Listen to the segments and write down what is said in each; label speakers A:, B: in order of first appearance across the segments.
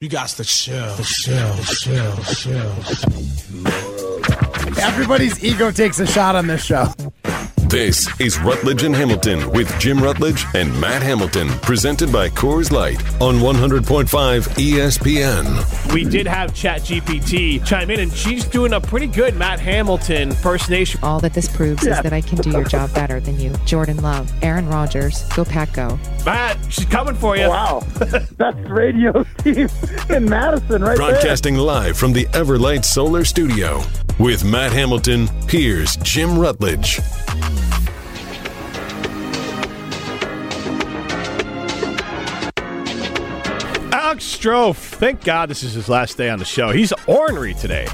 A: You got to chill, chill, chill, chill.
B: Everybody's ego takes a shot on this show.
C: This is Rutledge and Hamilton with Jim Rutledge and Matt Hamilton, presented by Coors Light on 100.5 E ESPN.
D: We did have ChatGPT chime in, and she's doing a pretty good Matt Hamilton impersonation.
E: All that this proves is that I can do your job better than you. Jordan Love, Aaron Rodgers, go Pack Go.
D: Matt, she's coming for you.
F: Wow. That's radio team in Madison right there.
C: Broadcasting live from the Everlight Solar Studio. With Matt Hamilton, here's Jim Rutledge.
D: Alex Strofe, thank God this is his last day on the show. He's ornery today.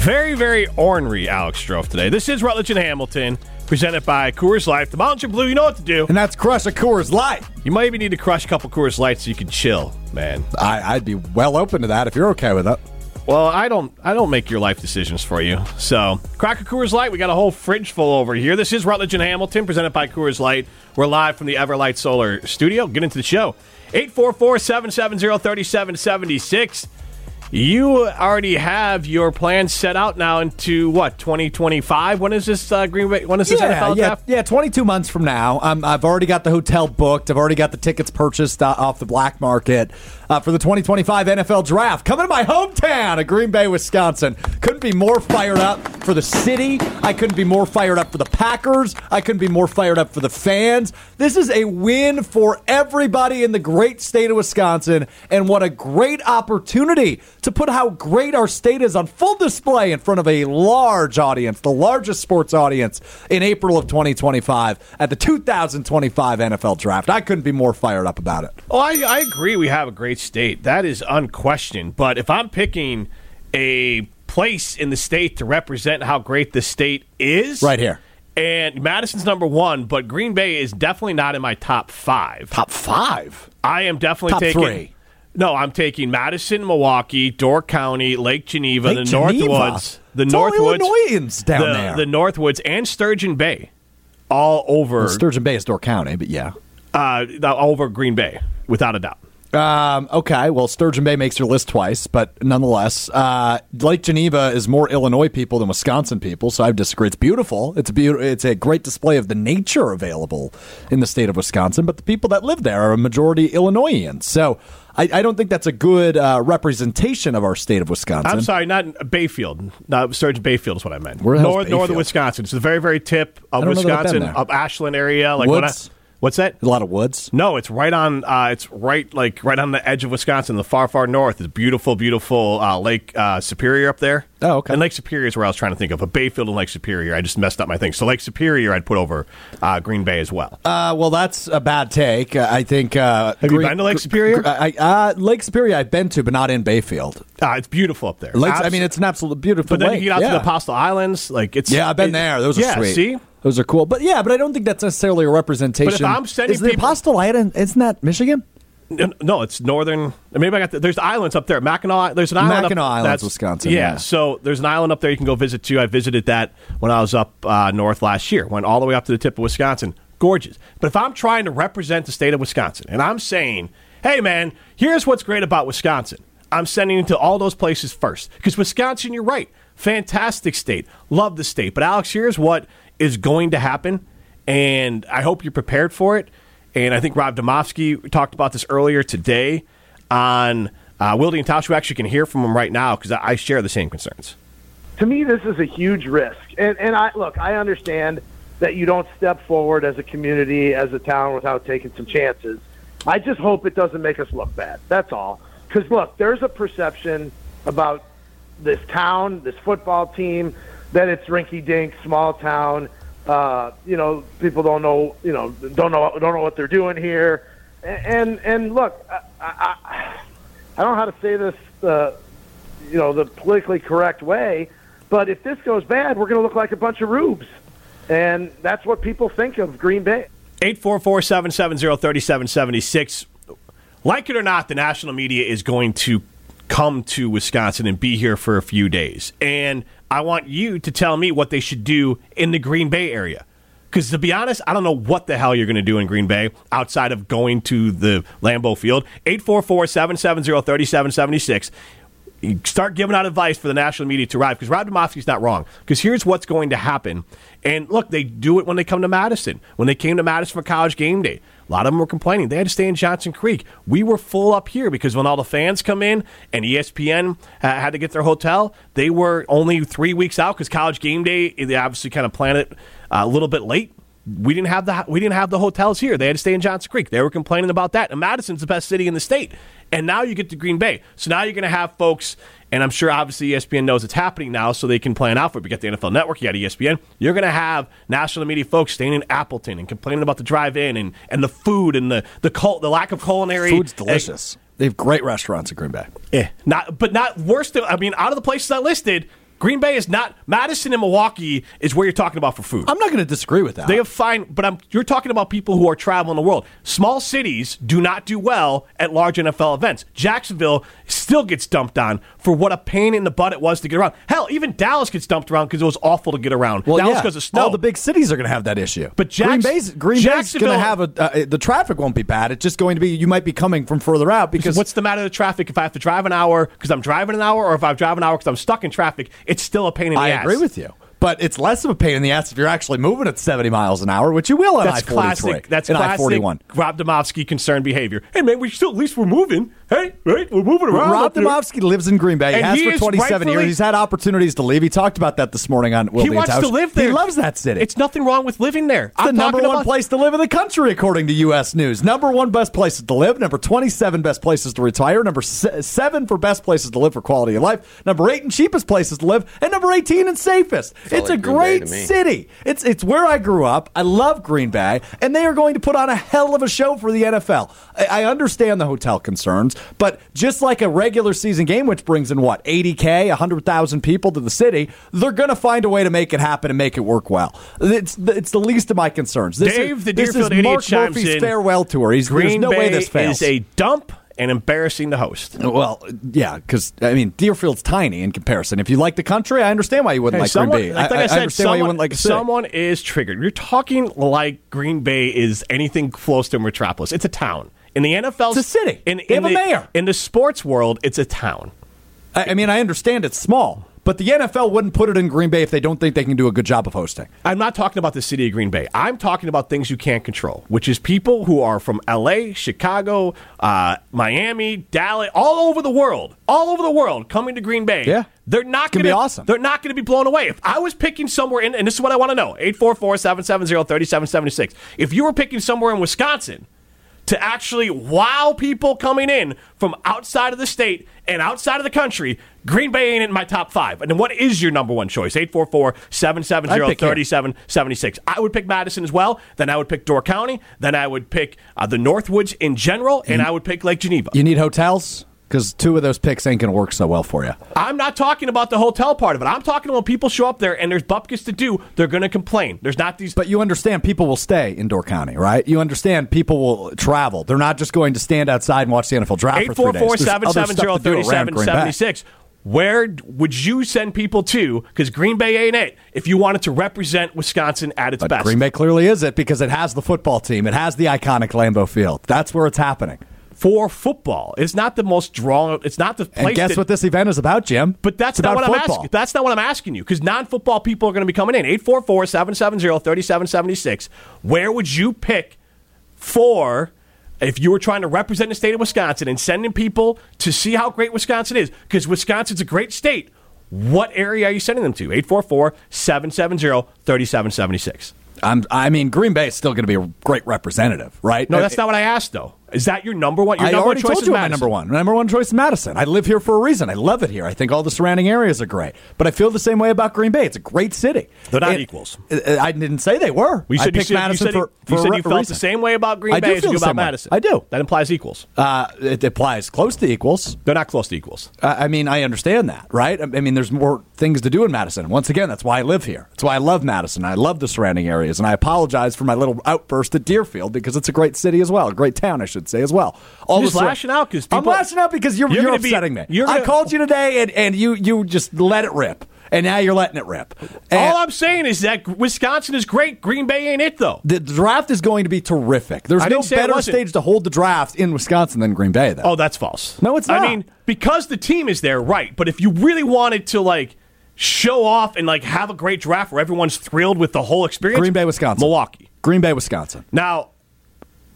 D: Very, very ornery, Alex Strofe today. This is Rutledge and Hamilton, presented by Coors Life. The Mountain Blue, you know what to do.
B: And that's Crush a Coors Light.
D: You might even need to crush a couple Coors Lights so you can chill, man.
B: I, I'd be well open to that if you're okay with it.
D: Well, I don't I don't make your life decisions for you. So, Cracker Coors Light, we got a whole fridge full over here. This is Rutledge and Hamilton, presented by Coors Light. We're live from the Everlight Solar Studio. Get into the show. 844-770-3776. You already have your plans set out now into what, 2025? When is this uh, Green Bay when is this NFL
B: yeah,
D: draft?
B: yeah, 22 months from now. Um, I've already got the hotel booked. I've already got the tickets purchased uh, off the black market uh, for the 2025 NFL Draft. Coming to my hometown of Green Bay, Wisconsin. Couldn't be more fired up for the city. I couldn't be more fired up for the Packers. I couldn't be more fired up for the fans. This is a win for everybody in the great state of Wisconsin, and what a great opportunity to put how great our state is on full display in front of a large audience, the largest sports audience in April of 2025 at the 2025 NFL Draft. I couldn't be more fired up about it.
D: Oh, I, I agree. We have a great state. That is unquestioned. But if I'm picking a place in the state to represent how great the state is,
B: Right here.
D: and Madison's number one, but Green Bay is definitely not in my top five.
B: Top five.
D: I am definitely
B: Top
D: taking.
B: three.
D: No, I'm taking Madison, Milwaukee, Door County, Lake Geneva,
B: Lake
D: the
B: Geneva.
D: Northwoods, the
B: It's all
D: Northwoods,
B: Illinoisans down
D: the,
B: there.
D: the Northwoods, and Sturgeon Bay, all over
B: Sturgeon Bay is Door County, but yeah.
D: uh, all over Green Bay, without a doubt.
B: Um, okay, well, Sturgeon Bay makes your list twice, but nonetheless, uh, Lake Geneva is more Illinois people than Wisconsin people, so I disagree. It's beautiful. It's beautiful. It's a great display of the nature available in the state of Wisconsin, but the people that live there are a majority Illinoisans. So I, I don't think that's a good uh, representation of our state of Wisconsin.
D: I'm sorry, not Bayfield. Not Sturgeon Bayfield is what I meant.
B: Where the hell's
D: north, northern
B: Bayfield?
D: Wisconsin. It's the very, very tip of
B: I don't know that I've been
D: Wisconsin,
B: there.
D: up Ashland area. Like when I-
B: Woods?
D: what's that?
B: A lot of woods.
D: No, it's right on. Uh, it's right like right on the edge of Wisconsin, the far, far north. It's beautiful, beautiful uh, Lake uh, Superior up there.
B: Oh, okay.
D: And Lake Superior is where I was trying to think of. But Bayfield and Lake Superior, I just messed up my thing. So Lake Superior, I'd put over uh, Green Bay as well.
B: Uh, well, that's a bad take. Uh, I think. Uh,
D: Have you been to Lake Superior?
B: Gr- I, uh, Lake Superior, I've been to, but not in Bayfield.
D: Uh, it's beautiful up there.
B: Lakes, I
D: Abs-
B: mean, it's an absolute beautiful.
D: but then
B: lake.
D: you get out
B: yeah.
D: to the Apostle Islands, like it's
B: Yeah, I've been
D: it-
B: there. Those are
D: yeah,
B: sweet.
D: See,
B: Those are cool. But yeah, but I don't think that's necessarily a representation.
D: But if I'm sending
B: is the
D: people-
B: Apostle Island, isn't that Michigan?
D: No, no, it's northern. Maybe I got the, there's islands up there. Mackinac. There's an island.
B: Mackinac
D: up,
B: Islands,
D: that's-
B: Wisconsin,
D: Yeah,
B: yeah.
D: So there's an island up there you can go visit too. I visited that when I was up uh, north last year. Went all the way up to the tip of Wisconsin. Gorgeous. But if I'm trying to represent the state of Wisconsin and I'm saying, hey man, here's what's great about Wisconsin. I'm sending it to all those places first because Wisconsin. You're right. Fantastic state. Love the state. But Alex, here's what is going to happen, and I hope you're prepared for it. And I think Rob Domofsky talked about this earlier today on uh, Wildy and Tosh. We actually can hear from him right now because I, I share the same concerns.
F: To me, this is a huge risk. And, and I look, I understand that you don't step forward as a community, as a town, without taking some chances. I just hope it doesn't make us look bad. That's all. Because look, there's a perception about this town, this football team, that it's rinky-dink, small town. Uh, you know, people don't know, you know, don't know, don't know what they're doing here. A- And and look, I, I, I- I don't know how to say this, uh, you know, the politically correct way, but if this goes bad, we're going to look like a bunch of rubes, and that's what people think of Green Bay.
D: 844 770 3776. Like it or not, the national media is going to come to Wisconsin and be here for a few days. And I want you to tell me what they should do in the Green Bay area. Because to be honest, I don't know what the hell you're going to do in Green Bay outside of going to the Lambeau Field. 844 770 3776. Start giving out advice for the national media to arrive because Rob Domofsky's not wrong. Because here's what's going to happen. And look, they do it when they come to Madison. When they came to Madison for college game day, a lot of them were complaining. They had to stay in Johnson Creek. We were full up here because when all the fans come in and ESPN uh, had to get their hotel, they were only three weeks out because college game day, they obviously kind of planned it uh, a little bit late. We didn't have the we didn't have the hotels here. They had to stay in Johnson Creek. They were complaining about that. And Madison's the best city in the state. And now you get to Green Bay. So now you're going to have folks, and I'm sure obviously E ESPN knows it's happening now, so they can plan out for it. We got the NFL Network, you got E ESPN. You're going to have national media folks staying in Appleton and complaining about the drive-in and, and the food and the the cult, the lack of culinary. Eh,
B: Food's delicious. They have great restaurants in Green Bay.
D: Yeah, not but not worse than I mean, out of the places I listed, Green Bay is not Madison and Milwaukee is where you're talking about for food.
B: I'm not going to disagree with that.
D: They have fine, but I'm, you're talking about people who are traveling the world. Small cities do not do well at large NFL events. Jacksonville still gets dumped on for what a pain in the butt it was to get around. Hell, even Dallas gets dumped around because it was awful to get around.
B: well,
D: Dallas
B: yeah,
D: because of snow.
B: All the big cities are going to have that issue.
D: But
B: Green
D: Jacks-
B: Bay's Green Bay's going to
D: Jacksonville-
B: have a uh, the traffic won't be bad. It's just going to be you might be coming from further out because
D: what's the matter with traffic if I have to drive an hour because I'm driving an hour, or if I drive an hour because I'm stuck in traffic? It's still a pain in the
B: I
D: ass.
B: agree with you. But it's less of a pain in the ass if you're actually moving at 70 miles an hour, which you will on
D: That's
B: I-43
D: classic. That's
B: and
D: classic.
B: I-41.
D: Rob Domofsky concerned behavior. Hey man, we still at least we're moving. Hey, right? We're moving around.
B: Rob
D: up here.
B: Domofsky lives in Green Bay. He
D: And
B: has
D: he
B: for
D: is
B: 27 years.
D: rightfully-
B: He's had opportunities to leave. He talked about that this morning on Will
D: He wants to live there.
B: He loves that city.
D: It's nothing wrong with living there.
B: It's the number
D: talking
B: one
D: about-
B: place to live in the country, according to U.S. News. Number one best places to live. Number 27 best places to retire. Number se- seven for best places to live for quality of life. Number eight and cheapest places to live. And number 18 and safest. it's a
G: like Green Bay
B: great
G: to me.
B: city. It's, it's where I grew up. I love Green Bay. And they are going to put on a hell of a show for the NFL. I, I understand the hotel concerns, but just like a regular season game, which brings in what, 80K, 100,000 people to the city, they're going to find a way to make it happen and make it work well. It's, the- it's the least of my concerns. This
D: Dave,
B: is,
D: the
B: this
D: Deerfield
B: is
D: idiot,
B: Mark
D: chimes
B: Murphy's
D: in.
B: farewell tour. He's there's
D: Green
B: no
D: Bay
B: way this fails.
D: is a dump and embarrassing to host.
B: well, yeah, because I mean Deerfield's tiny in comparison. If you like the country, I understand why you wouldn't
D: Hey,
B: like
D: someone-
B: Green Bay.
D: like
B: I,
D: I, said,
B: understand why you
D: someone-
B: wouldn't like a city.
D: someone is triggered. You're talking like Green Bay is anything close to a metropolis. It's a town. In the NFL,
B: It's a city.
D: In,
B: They
D: in
B: have a
D: the,
B: mayor.
D: In the sports world, it's a town.
B: I, I mean, I understand it's small, but the NFL wouldn't put it in Green Bay if they don't think they can do a good job of hosting.
D: I'm not talking about the city of Green Bay. I'm talking about things you can't control, which is people who are from LA, Chicago, uh, Miami, Dallas, all over the world, all over the world coming to Green Bay.
B: Yeah.
D: They're not
B: Can
D: going
B: be
D: to
B: awesome.
D: They're not going to be blown away. If I was picking somewhere in, and this is what I want to know 844 770 3776. If you were picking somewhere in Wisconsin, to actually wow people coming in from outside of the state and outside of the country, Green Bay ain't in my top five. And then what is your number one choice? 844 770 3776. I would pick Madison as well. Then I would pick Door County. Then I would pick uh, the Northwoods in general.
B: Mm-hmm.
D: And I would pick Lake Geneva.
B: You need hotels because two of those picks ain't going to work so well for you.
D: I'm not talking about the hotel part of it. I'm talking when people show up there and there's bupkis to do, they're going to complain. There's not these.
B: But you understand people will stay in Door County, right? You understand people will travel. They're not just going to stand outside and watch the NFL draft for three days. There's other stuff to do around Green Bay.
D: 844-770-3776. Where d- would you send people to? Because Green Bay ain't it. If you wanted to represent Wisconsin at its
B: But
D: best,
B: Green Bay clearly is it because it has the football team. It has the iconic Lambeau Field. That's where it's happening.
D: for football, it's not the most drawn. It's not the place.
B: And guess
D: that-
B: what this event is about, Jim?
D: But that's
B: It's
D: not
B: about
D: what I'm
B: football.
D: asking. That's not what I'm asking you because non-football people are going to be coming in. 844-770-3776. Where would you pick for if you were trying to represent the state of Wisconsin and sending people to see how great Wisconsin is because Wisconsin's a great state. What area are you sending them to? 844-770-3776.
B: I'm, I mean, Green Bay is still going to be a great representative, right?
D: No, that's not what I asked though. Is that your number one? Your
B: I
D: number
B: already
D: one choice
B: told
D: is
B: you my
D: Madison.
B: number one. My number one choice is Madison. I live here for a reason. I love it here. I think all the surrounding areas are great. But I feel the same way about Green Bay. It's a great city.
D: They're not
B: It-
D: equals.
B: I I didn't say they were.
D: We
B: I
D: said you
B: picked
D: said- you
B: Madison
D: said
B: for,
D: you,
B: for
D: said
B: a
D: you felt
B: reason.
D: the same way about Green
B: I do
D: Bay as
B: feel
D: you do
B: the
D: about
B: same way.
D: Madison.
B: I do.
D: That implies equals.
B: Uh, it applies close to equals.
D: They're not close to equals.
B: I I mean, I understand that, right? I I mean, there's more things to do in Madison. Once again, that's why I live here. That's why I love Madison. I love the surrounding areas, and I apologize for my little outburst at Deerfield because it's a great city as well, a great town, I should say as well. All
D: You're just
B: the sur-
D: lashing out 'cause
B: I'm
D: people-
B: lashing out because you're
D: You're
B: you're,
D: gonna be-
B: upsetting me.
D: you're
B: I
D: gonna-
B: called you today, and and you you just let it rip. and now you're letting it rip. And
D: All I'm saying is that Wisconsin is great. Green Bay ain't it though.
B: the draft is going to be terrific. There's
D: I
B: no
D: didn't say it
B: better
D: wasn't.
B: stage to hold the draft in Wisconsin than Green Bay, though.
D: Oh, that's false.
B: No, it's
D: I
B: not.
D: mean, because the team is there, right? But if you really wanted to like show off and like have a great draft where everyone's thrilled with the whole experience,
B: Green Bay, Wisconsin.
D: Milwaukee.
B: Green Bay, Wisconsin.
D: Now,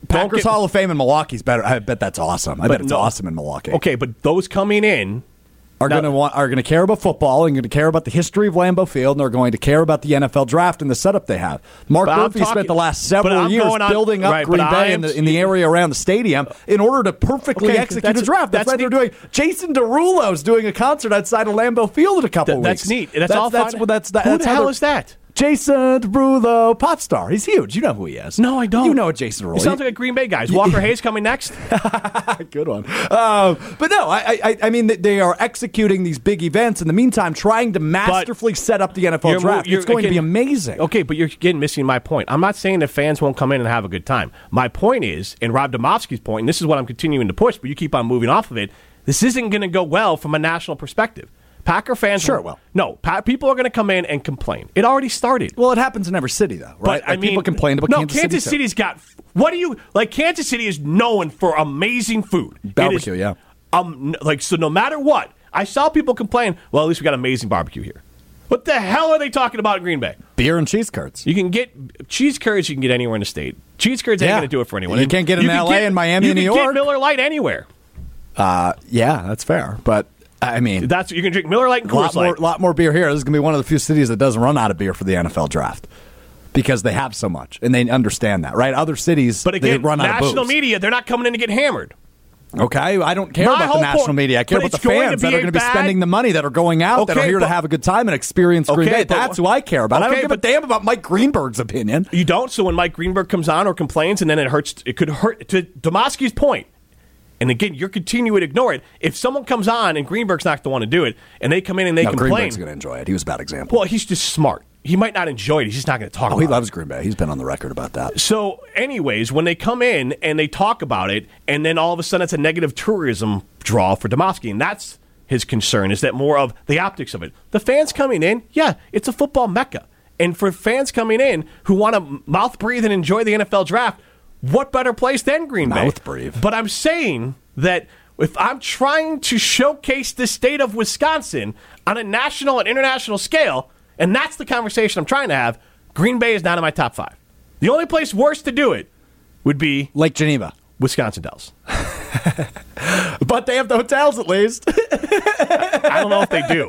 D: don't
B: Packers
D: get-
B: Hall of Fame in Milwaukee's better. I bet that's awesome. I bet it's
D: no-
B: awesome in Milwaukee.
D: Okay, but those coming in,
B: are
D: No.
B: going to want are going to care about football and going to care about the history of Lambeau Field and are going to care about the NFL draft and the setup they have. Mark
D: But I'm
B: Murphy
D: talking-
B: spent the last
D: but
B: several
D: I'm
B: years
D: going on-
B: building up
D: right, but
B: Green
D: I
B: Bay in
D: am-
B: the, in the area around the stadium in order to perfectly
D: Okay,
B: execute
D: that's-
B: a draft. That's,
D: that's
B: why they're doing.
D: neat.
B: Jason Derulo's doing a concert outside of Lambeau Field in a couple
D: th-
B: of
D: that's
B: weeks.
D: neat. That's, all.
B: That's
D: fine.
B: what that's. that-
D: Who
B: that's
D: the
B: how
D: hell
B: they're-
D: is that?
B: Jason Derulo, pop star. He's huge. You know who he is.
D: No, I don't.
B: You know what Jason Derulo.
D: He sounds like a Green Bay guy. Is Walker Hayes coming next?
B: Good one. Um, but no, I, I- I, I mean, th- they are executing these big events in the meantime, trying to masterfully set up the NFL
D: You're mo-
B: draft.
D: you're-
B: It's going to be
D: again-
B: amazing.
D: Okay, but you're again missing my point. I'm not saying that fans won't come in and have a good time. My point is, and Rob Domofsky's point, and this is what I'm continuing to push, but you keep on moving off of it. This isn't going to go well from a national perspective. Packer fans,
B: Sure it will.
D: No, pa- people are going to come in and complain. It already started.
B: Well, it happens in every city, though, right?
D: But
B: Like,
D: I mean,
B: people complained about
D: no,
B: Kansas,
D: Kansas
B: City.
D: City's got what do you like? Kansas City is known for amazing food. It is-
B: Barbecue, yeah.
D: Um, n- like so, no matter what, I saw people complain. Well, at least we got amazing barbecue here. What the hell are they talking about in Green Bay?
B: beer and cheese curds.
D: You can get cheese curds. You can get anywhere in the state. Cheese curds ain't
B: Yeah.
D: going to do it for anyone.
B: You can't get it in
D: can
B: LA and Miami
D: You
B: and
D: can
B: New
D: get
B: York.
D: Miller Lite anywhere.
B: Yeah, that's fair. But I mean,
D: That's you can drink Miller Lite and
B: a lot
D: Coors
B: more,
D: Light.
B: lot more beer here. This is going to be one of the few cities that doesn't run out of beer for the NFL draft because they have so much and they understand that, right? Other cities,
D: But
B: they
D: again,
B: run out
D: national
B: of booze.
D: media, they're not coming in to get hammered.
B: Okay, I don't care
D: My
B: about the
D: whole
B: national
D: point-
B: media. I care
D: but
B: about the
D: it's going to
B: fans
D: be
B: that are
D: a
B: going to be
D: bad-
B: spending the money, that are going out, that are
D: Okay,
B: here to
D: but-
B: have a good time and experience Green
D: Okay,
B: Bay.
D: but-
B: That's who I care about. I don't
D: Okay,
B: give a
D: but-
B: damn about Mike Greenberg's opinion.
D: You don't. So when Mike Greenberg comes on or complains, and then it hurts, it could hurt. To Demosky's point, and again, you're continuing to ignore it. If someone comes on and Greenberg's not the one to do it, and they come in and they
B: No,
D: complain,
B: Greenberg's going to enjoy it. He was a bad example.
D: well, he's just smart. He might not enjoy it. He's just not going to talk.
B: Oh,
D: about
B: he
D: it.
B: loves Green Bay. He's been on the record about that.
D: So, anyways, when they come in and they talk about it, and then all of a sudden it's a negative tourism draw for Demosky, and that's his concern is that more of the optics of it. The fans coming in, yeah, it's a football mecca, and for fans coming in who want to mouth breathe and enjoy the NFL draft, what better place than Green Bay?
B: Mouth breathe.
D: But I'm saying that. If I'm trying to showcase the state of Wisconsin on a national and international scale, and that's the conversation I'm trying to have, Green Bay is not in my top five. The only place worse to do it would be
B: Lake Geneva.
D: Wisconsin Dells.
B: But they have the hotels at least.
D: I don't know if they do.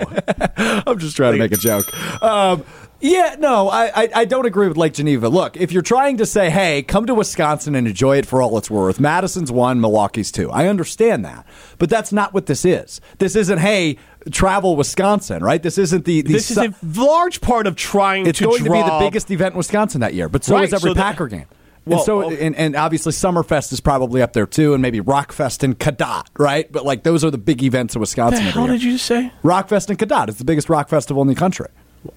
B: I'm just trying to make a joke. Um, yeah, no, I, I, I don't agree with Lake Geneva. Look, if you're trying to say, hey, come to Wisconsin and enjoy it for all it's worth, Madison's one, Milwaukee's two. I understand that. But that's not what this is. This isn't, hey, travel Wisconsin, right? This isn't the. the
D: This is
B: su-
D: a large part of trying
B: it's
D: to
B: going to be the
D: draw-
B: biggest event in Wisconsin that year, but so
D: Right,
B: is every
D: so the-
B: Packer game. and
D: Well,
B: so,
D: okay.
B: and, and obviously Summerfest is probably up there too, and maybe Rockfest and Cadot, right? But like those are the big events in
D: What the
B: Wisconsin. every
D: hell
B: year.
D: did you just say?
B: Rockfest and Cadot is the biggest rock festival in the country.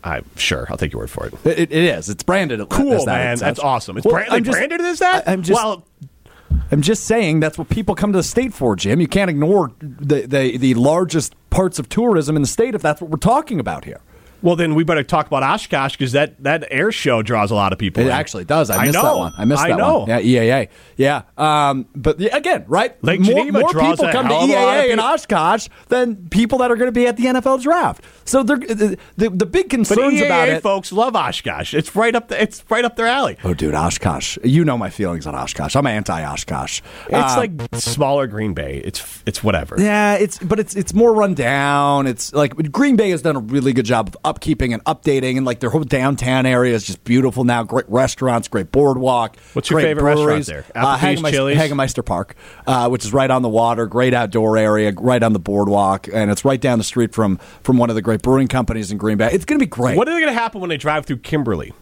D: I'm sure. I'll take your word for it.
B: It, it is. It's branded. At
D: Cool,
B: as that.
D: man.
B: It's-
D: That's awesome. It's
B: Well,
D: brand- they
B: I'm just-
D: branded it as that?
B: I, am just.
D: well,
B: I'm just saying that's what people come to the state for, Jim. You can't ignore the the, the largest parts of tourism in the state if that's what we're talking about here.
D: well, then we better talk about Oshkosh because that, that air show draws a lot of people.
B: It
D: in.
B: actually does. I,
D: I
B: missed
D: know.
B: that one. I missed
D: I
B: that
D: know.
B: one. Yeah, EAA. Yeah. Um, but yeah, again, right?
D: Lake
B: more
D: Geneva
B: more
D: draws
B: people
D: a
B: come to
D: hell of a lot of
B: EAA and
D: people.
B: Oshkosh than people that are going to be at the NFL draft. So they're, the, the the big
D: But E
B: concerns
D: EAA
B: about it.
D: folks love Oshkosh. It's right up. The, it's right up their alley.
B: Oh, dude, Oshkosh. You know my feelings on Oshkosh. I'm anti-Oshkosh. Um,
D: It's like smaller Green Bay. It's it's whatever.
B: Uh, Yeah, it's but it's it's more run down. It's like Green Bay has done a really good job of upkeeping and updating, and like their whole downtown area is just beautiful now. Great restaurants, great boardwalk.
D: What's your
B: great
D: favorite
B: breweries.
D: restaurant there?
B: Uh,
D: Applebee's,
B: Hagemeister,
D: Chili's?
B: Hagemeister Park, uh, which is right on the water. Great outdoor area, right on the boardwalk, and it's right down the street from from one of the great brewing companies in Green Bay. It's going to be great.
D: What are going to happen when they drive through Kimberly?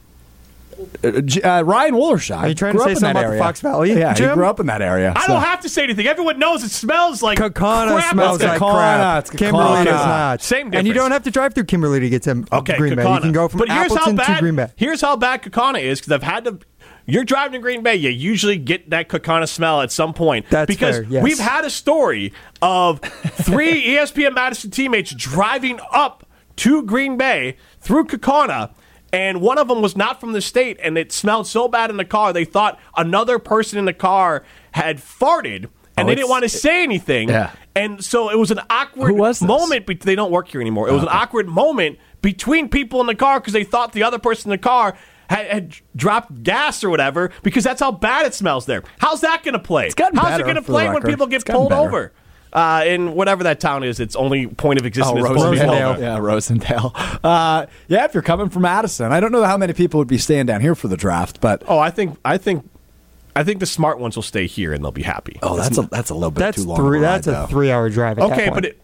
B: Uh, J- uh, Ryan Wollershaw.
G: Are you trying
B: grew
G: to say
B: up in
G: something
B: that
G: about the
B: area.
G: Fox Valley,
B: Yeah, he
G: Jim?
B: grew up in that area.
D: I
B: so-
D: don't have to say anything. Everyone knows it smells like
G: Kokana
D: crap.
G: smells like
B: Kokana.
D: Oh,
G: crap.
B: It's Kokana.
G: Kimberly does
D: Okay.
G: not.
D: Same
G: And you
D: difference.
G: don't have to drive through Kimberly to get to
D: Okay,
G: Green Bay. You
D: Kokana.
G: can go from
D: but here's
G: Appleton
D: how bad,
G: to Green Bay.
D: Here's how bad Kakana is because I've had to. You're driving to Green Bay. You usually get that Kakana smell at some point.
G: That's
D: because
G: fair, yes.
D: we've E had a story of three ESPN Madison teammates driving up to Green Bay through Kakana, and one of them was not from the state, and it smelled so bad in the car they thought another person in the car had farted,
B: Oh,
D: and they didn't
B: it's-
D: want to say anything.
B: Yeah.
D: And so it was an awkward
B: Who was this?
D: moment. But they don't work here anymore. It was an awkward moment between people in the car because they thought the other person in the car had, had dropped gas or whatever because that's how bad it smells there. How's that going to play?
B: gotten
D: How's
B: better,
D: it going to
B: for the
D: play when
B: record.
D: people get
B: It's gotten
D: pulled
B: better.
D: over? Uh, in whatever that town is, its only point of
B: Oh,
D: existence is pulled people
B: Rosendale.
D: over.
B: Yeah, Rosendale. Uh, yeah, if you're coming from Addison, I don't know how many people would be staying down here for the draft, but
D: Oh, I think I think I think the smart ones will stay here and they'll be happy.
B: oh, that's a that's a little bit
G: That's
B: too long.
G: three.
B: of a ride,
G: that's
B: though.
G: a three-hour drive. At
D: okay,
G: that point.
D: but it,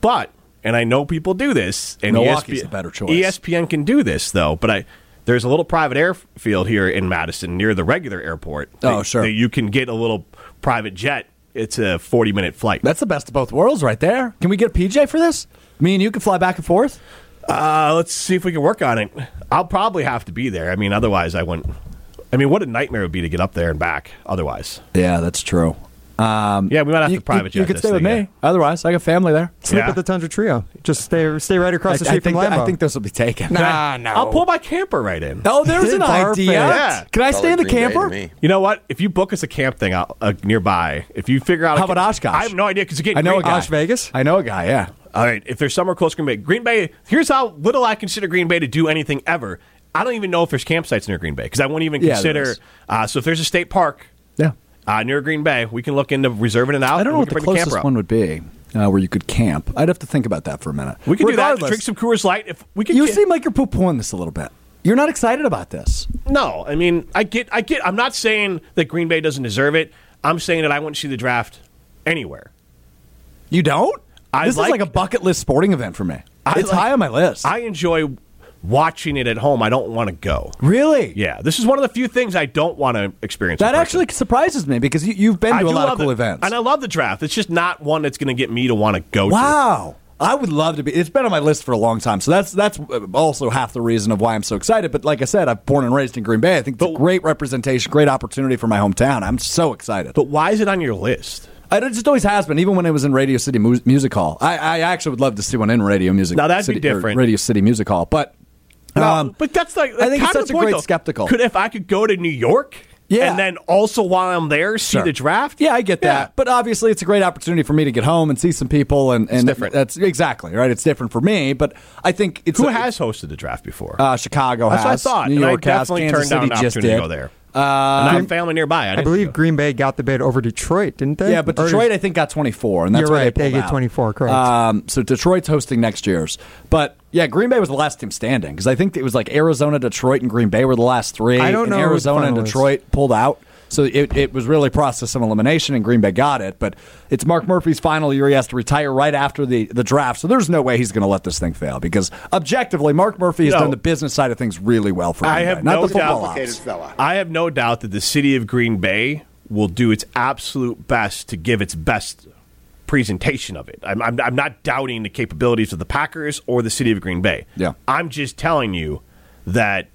D: but and I know people do this. And E
B: Milwaukee's
D: ESPN,
B: a better choice.
D: ESPN can do this though, but I there's a little private airfield here in Madison near the regular airport.
B: Oh,
D: that-
B: sure.
D: that you can get a little private jet. It's a 40 minute flight.
B: That's the best of both worlds, right there. Can we get a PJ for this? Me and you can fly back and forth.
D: Uh, let's see if we can work on it. I'll probably have to be there. I mean, otherwise I wouldn't. I mean, what a nightmare it would be to get up there and back. Otherwise,
B: Yeah, that's true.
D: yeah, we might have to private jet.
B: Um, You could
D: this
B: stay
D: thing
B: with
D: in.
B: me. Otherwise, I got family there.
G: sleep
D: yeah.
G: at the Tundra Trio. Just stay stay right across
B: I,
G: the street
B: I think
G: from
B: th-
G: Lambo.
B: I think this will be taken.
G: nah, no.
D: I'll pull my camper right in.
B: Oh, there's an
G: Perfect.
B: idea.
D: Yeah.
B: Can I stay in the
H: Green Bay to
B: camper?
H: me.
D: You know what? If you book us a camp thing out, uh, nearby, if you figure out
B: How about Oshkosh?
D: I have no idea because again,
B: I know a
D: Green-
B: guy.
G: Osh Vegas?
B: I know a guy. Yeah.
D: All right, if there's somewhere close to Green Bay, Green Bay. Here's how little I consider Green Bay to do anything ever. I don't even know if there's campsites near Green Bay because I won't even
B: Yeah,
D: consider.
B: there is.
D: uh, so if there's a state park
B: Yeah.
D: uh, near Green Bay, we can look into reserving it out.
B: I don't know
D: and we
B: what
D: can
B: the
D: bring camper
B: closest
D: out.
B: one would be uh, where you could camp. I'd have to think about that for a minute.
D: We can do that.
B: Regardless,
D: Drink some Coors Light. If we can,
B: You
D: get-
B: seem like you're poo-pooing this a little bit. You're not excited about this.
D: No, I mean, I get, I get. I'm not saying that Green Bay doesn't deserve it. I'm saying that I wouldn't see the draft anywhere.
B: You don't?
D: I
B: this
D: like-
B: is like a bucket list sporting event for me.
D: I
B: it's
D: like-
B: high on my list.
D: I enjoy watching it at home. I don't want to go.
B: really?
D: Yeah, this is one of the few things I don't want to experience. in
B: That
D: person.
B: actually surprises me because you, you've been
D: I
B: to a
D: do
B: lot
D: love
B: of cool
D: it.
B: events.
D: and I love the draft. It's just not one that's going to get me to want to go. to.
B: Wow. I would love to be. It's been on my list for a long time, so that's that's also half the reason of why I'm so excited. But like I said, I'm born and raised in Green Bay. I think it's a great representation, great opportunity for my hometown. I'm so excited.
D: But why is it on your list?
B: I- It just always has been, even when it was in Radio City Mu- Music Hall. I, I actually would love to see one in Radio Music.
D: Now, that'd be
B: City, or
D: different.
B: Radio City Music Hall, but um,
D: but that's like
B: I think it's
D: kind of
B: such
D: the
B: a
D: point,
B: great
D: though.
B: skeptical.
D: Could if I could go to New York,
B: Yeah.
D: and then also while I'm there see
B: Sure.
D: the draft.
B: Yeah, I get that.
D: Yeah.
B: But obviously, it's a great opportunity for me to get home and see some people. And, and
D: different.
B: That's exactly right. It's different for me, but I think it's
D: Who
B: a-
D: has hosted the draft before?
B: uh, Chicago
D: that's
B: has.
D: what I thought.
B: New
D: and
B: York
D: I definitely
B: has. Kansas
D: turned down
B: City
D: an
B: just
D: opportunity
B: did. Um,
D: to go there. and I have family nearby. I,
G: I
D: didn't
G: believe
D: go.
G: Green Bay got the bid over Detroit, didn't they?
B: Yeah, but
G: Or
B: Detroit,
G: is-
B: I think, got 24, and that's
G: You're
B: where
G: right, they
B: pulled
G: get
B: out.
G: 24, correct.
B: Um, so Detroit's hosting next year's, but yeah, Green Bay was the last team standing because I think it was like Arizona, Detroit, and Green Bay were the last three.
G: I don't
B: and
G: know who the
B: Arizona and
G: final is.
B: Detroit pulled out, so it, it was really process of elimination, and Green Bay got it. But it's Mark Murphy's final year; he has to retire right after the the draft, so there's no way he's going to let this thing fail because objectively, Mark Murphy has
D: No.
B: done the business side of things really well for. Green
D: I have
B: Bay, not
D: no
B: the football
D: doubt.
B: ops.
D: I have no doubt that the city of Green Bay will do its absolute best to give its best presentation of it. I'm, I'm, I'm not doubting the capabilities of the Packers or the city of Green Bay.
B: Yeah.
D: I'm just telling you that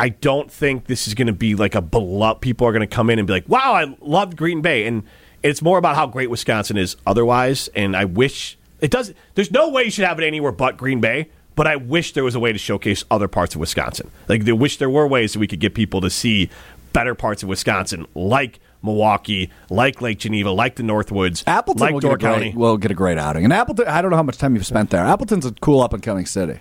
D: I don't think this is going to be like a beloved. People are going to come in and be like, "Wow, I loved Green Bay," and it's more about how great Wisconsin is otherwise. And I wish it does. There's no way you should have it anywhere but Green Bay. But I wish there was a way to showcase other parts of Wisconsin. Like I wish there were ways that we could get people to see better parts of Wisconsin, like Milwaukee, like Lake Geneva, like the Northwoods,
B: Appleton
D: like
B: will,
D: Door
B: get a
D: County.
B: great, will get a great outing. And Appleton, I don't know how much time you've spent there. Appleton's a cool up and coming city.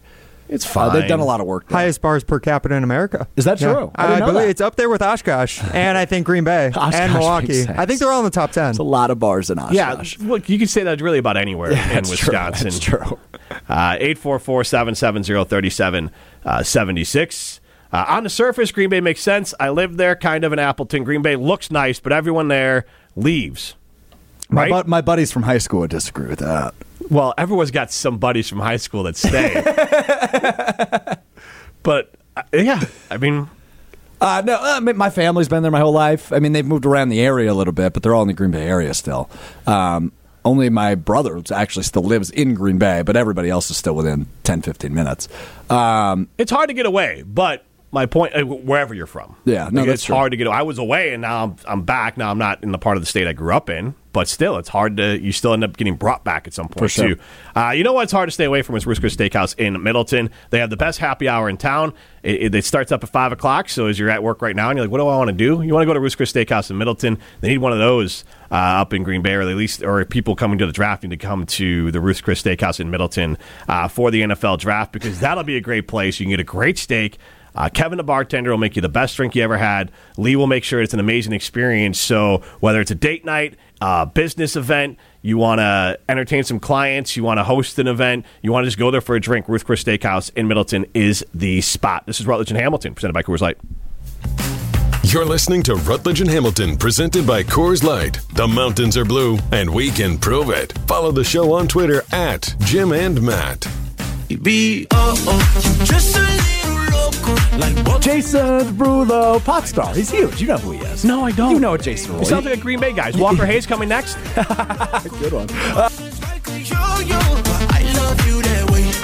D: it's fine.
B: Uh, they've done a lot of work. There.
G: highest bars per capita in America.
B: Is that true? I
G: I,
B: didn't know
G: believe
B: that.
G: it's up there with Oshkosh, and I think Green Bay
B: Oshkosh
G: and
B: makes
G: Milwaukee.
B: sense.
G: I think they're all in the top ten.
B: It's a lot of bars in
D: Yeah,
B: Oshkosh.
D: look, you can say that really about anywhere in
B: that's true.
D: Wisconsin.
B: That's true.
D: Uh, 844 770 3776. Uh, On the surface, Green Bay makes sense. I live there, kind of in Appleton. Green Bay looks nice, but everyone there leaves.
B: My,
D: Right?
B: bud my buddies from high school would disagree with that.
D: Well, everyone's got some buddies from high school that stay. but uh, yeah, I mean,
B: Uh, no, I mean, my family's been there my whole life. I mean, they've moved around the area a little bit, but they're all in the Green Bay area still. Um, only my brother actually still lives in Green Bay, but everybody else is still within 10, 15 minutes. Um,
D: it's hard to get away, but my point, uh, wherever you're from.
B: Yeah, no,
D: Like,
B: that's
D: it's
B: true.
D: hard to get. I was away, and now I'm I'm back. Now I'm not in the part of the state I grew up in, but still, it's hard to. You still end up getting brought back at some point
B: sure.
D: too. Uh, you know what's hard to stay away from is Rooster's Steakhouse in Middleton. They have the best happy hour in town. It, it, it starts up at five o'clock. So as you're at work right now, and you're like, "What do I want to do?" You want to go to Rooster's Steakhouse in Middleton. They need one of those uh, up in Green Bay, or at least, or people coming to the draft need to come to the Ruth's Chris Steakhouse in Middleton uh, for the NFL draft because that'll be a great place. You can get a great steak. Uh, Kevin, the bartender, will make you the best drink you ever had. Lee will make sure it's an amazing experience. So, whether it's a date night, uh, business event, you want to entertain some clients, you want to host an event, you want to just go there for a drink, Ruth Chris Steakhouse in Middleton is the spot. This is Rutledge and Hamilton, presented by Coors Light.
C: You're listening to Rutledge and Hamilton, presented by Coors Light. The mountains are blue, and we can prove it. Follow the show on Twitter at Jim and Matt.
B: Jason Brulo, pop star. He's huge. You know who he is. No, I don't. You know Jason
D: It
B: Brulo.
D: sounds like a Green Bay guys. Walker Hayes coming next.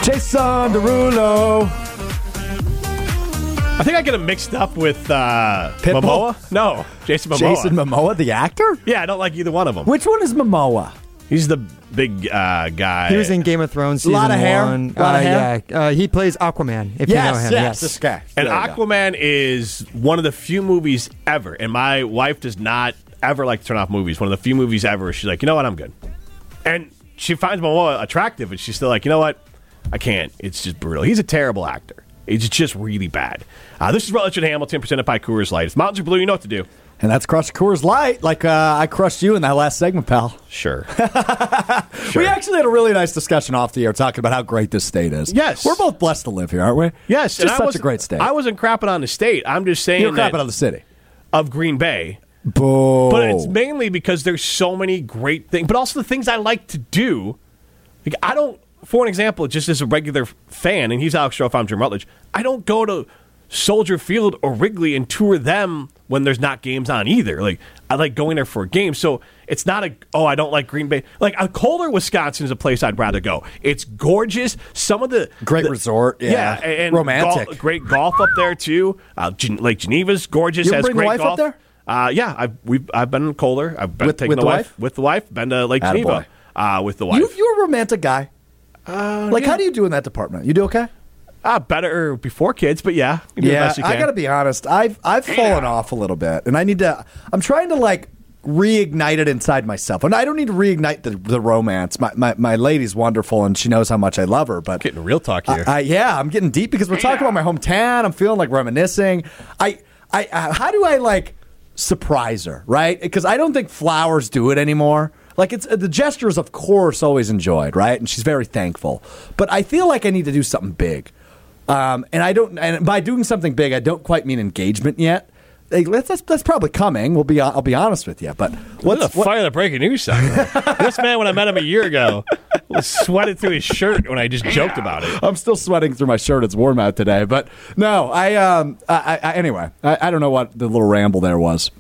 B: Jason Derulo.
D: I think I get him mixed up with uh,
B: Pitbull?
D: Momoa. No, Jason Momoa.
B: Jason Momoa, the actor?
D: yeah, I don't like either one of them.
B: Which one is Momoa?
D: He's the big uh, guy.
G: He was in Game of Thrones
B: A
G: season
B: lot of hair,
G: one.
B: lot of
G: uh,
B: hair.
G: Yeah, uh, he plays Aquaman. If you know him, yes,
B: this guy.
D: And
B: There you go.
D: Aquaman is one of the few movies ever, and my wife does not ever like to turn off movies. One of the few movies ever. She's like, you know what, I'm good. And she finds Momoa attractive, and she's still like, you know what, I can't. It's just brutal. He's a terrible actor. It's just really bad. Uh, this is Rutledge and Hamilton, presented by Coors Light. If mountains are blue, you know what to do.
B: And that's Crush Coors Light, like uh, I crushed you in that last segment, pal.
D: Sure.
B: We actually had a really nice discussion off the air talking about how great this state is.
D: Yes.
B: We're both blessed to live here, aren't we?
D: Yes, and
B: Just
D: I
B: such a
D: wasn't-
B: great state.
D: I wasn't crapping on the state. I'm just saying
B: You're
D: that
B: crapping on the city.
D: of Green Bay.
B: Boo.
D: But it's mainly because there's so many great things, but also the things I like to do. Like I don't, for an example, just as a regular fan, and he's Alex Strofe, I'm Jim Rutledge. I don't go to Soldier Field or Wrigley and tour them when there's not games on either. Like I like going there for a game, so it's not a oh I don't like Green Bay. Like a colder Wisconsin is a place I'd rather go. It's gorgeous. Some of the
B: Great
D: the-
B: resort, yeah.
D: and, and
B: Romantic.
D: gol- great golf up there too. Uh, Gen- Lake Geneva's gorgeous.
B: You ever
D: has
B: bring the
D: great
B: wife up
D: golf
B: there?
D: uh, yeah, I've we've I've been in Kohler. I've been
B: With-
D: taking
B: with
D: the
B: the
D: wife?
B: wife?
D: with the wife. Been to Lake
B: Attaboy.
D: Geneva uh, with the wife.
B: you, you're a romantic guy. like, how do you do in that department? You do okay?
D: uh, better before kids, but yeah, you do the best you
B: I
D: can.
B: gotta be honest. I've I've fallen off a little bit, and I need to. I'm trying to like reignite it inside myself, and I don't need to reignite the, the romance. My, my my lady's wonderful, and she knows how much I love her. But
D: Getting real talk here.
B: I, I- yeah, I'm getting deep because we're talking about my hometown. I'm feeling like reminiscing. I I, I how do I like surprise her right? Because I don't think flowers do it anymore. Like it's the gesture is of course always enjoyed, right? And she's very thankful. But I feel like I need to do something big. Um, and I don't. And by doing something big, I don't quite mean engagement yet. Like, that's, that's that's probably coming. We'll be. I'll be honest with you. But what's what-
D: fire the breaking news segment? this man, when I met him a year ago, was sweated through his shirt when I just joked about it.
B: I'm still sweating through my shirt. It's warm out today, but no, I um, I, I anyway, I, I don't know what the little ramble there was.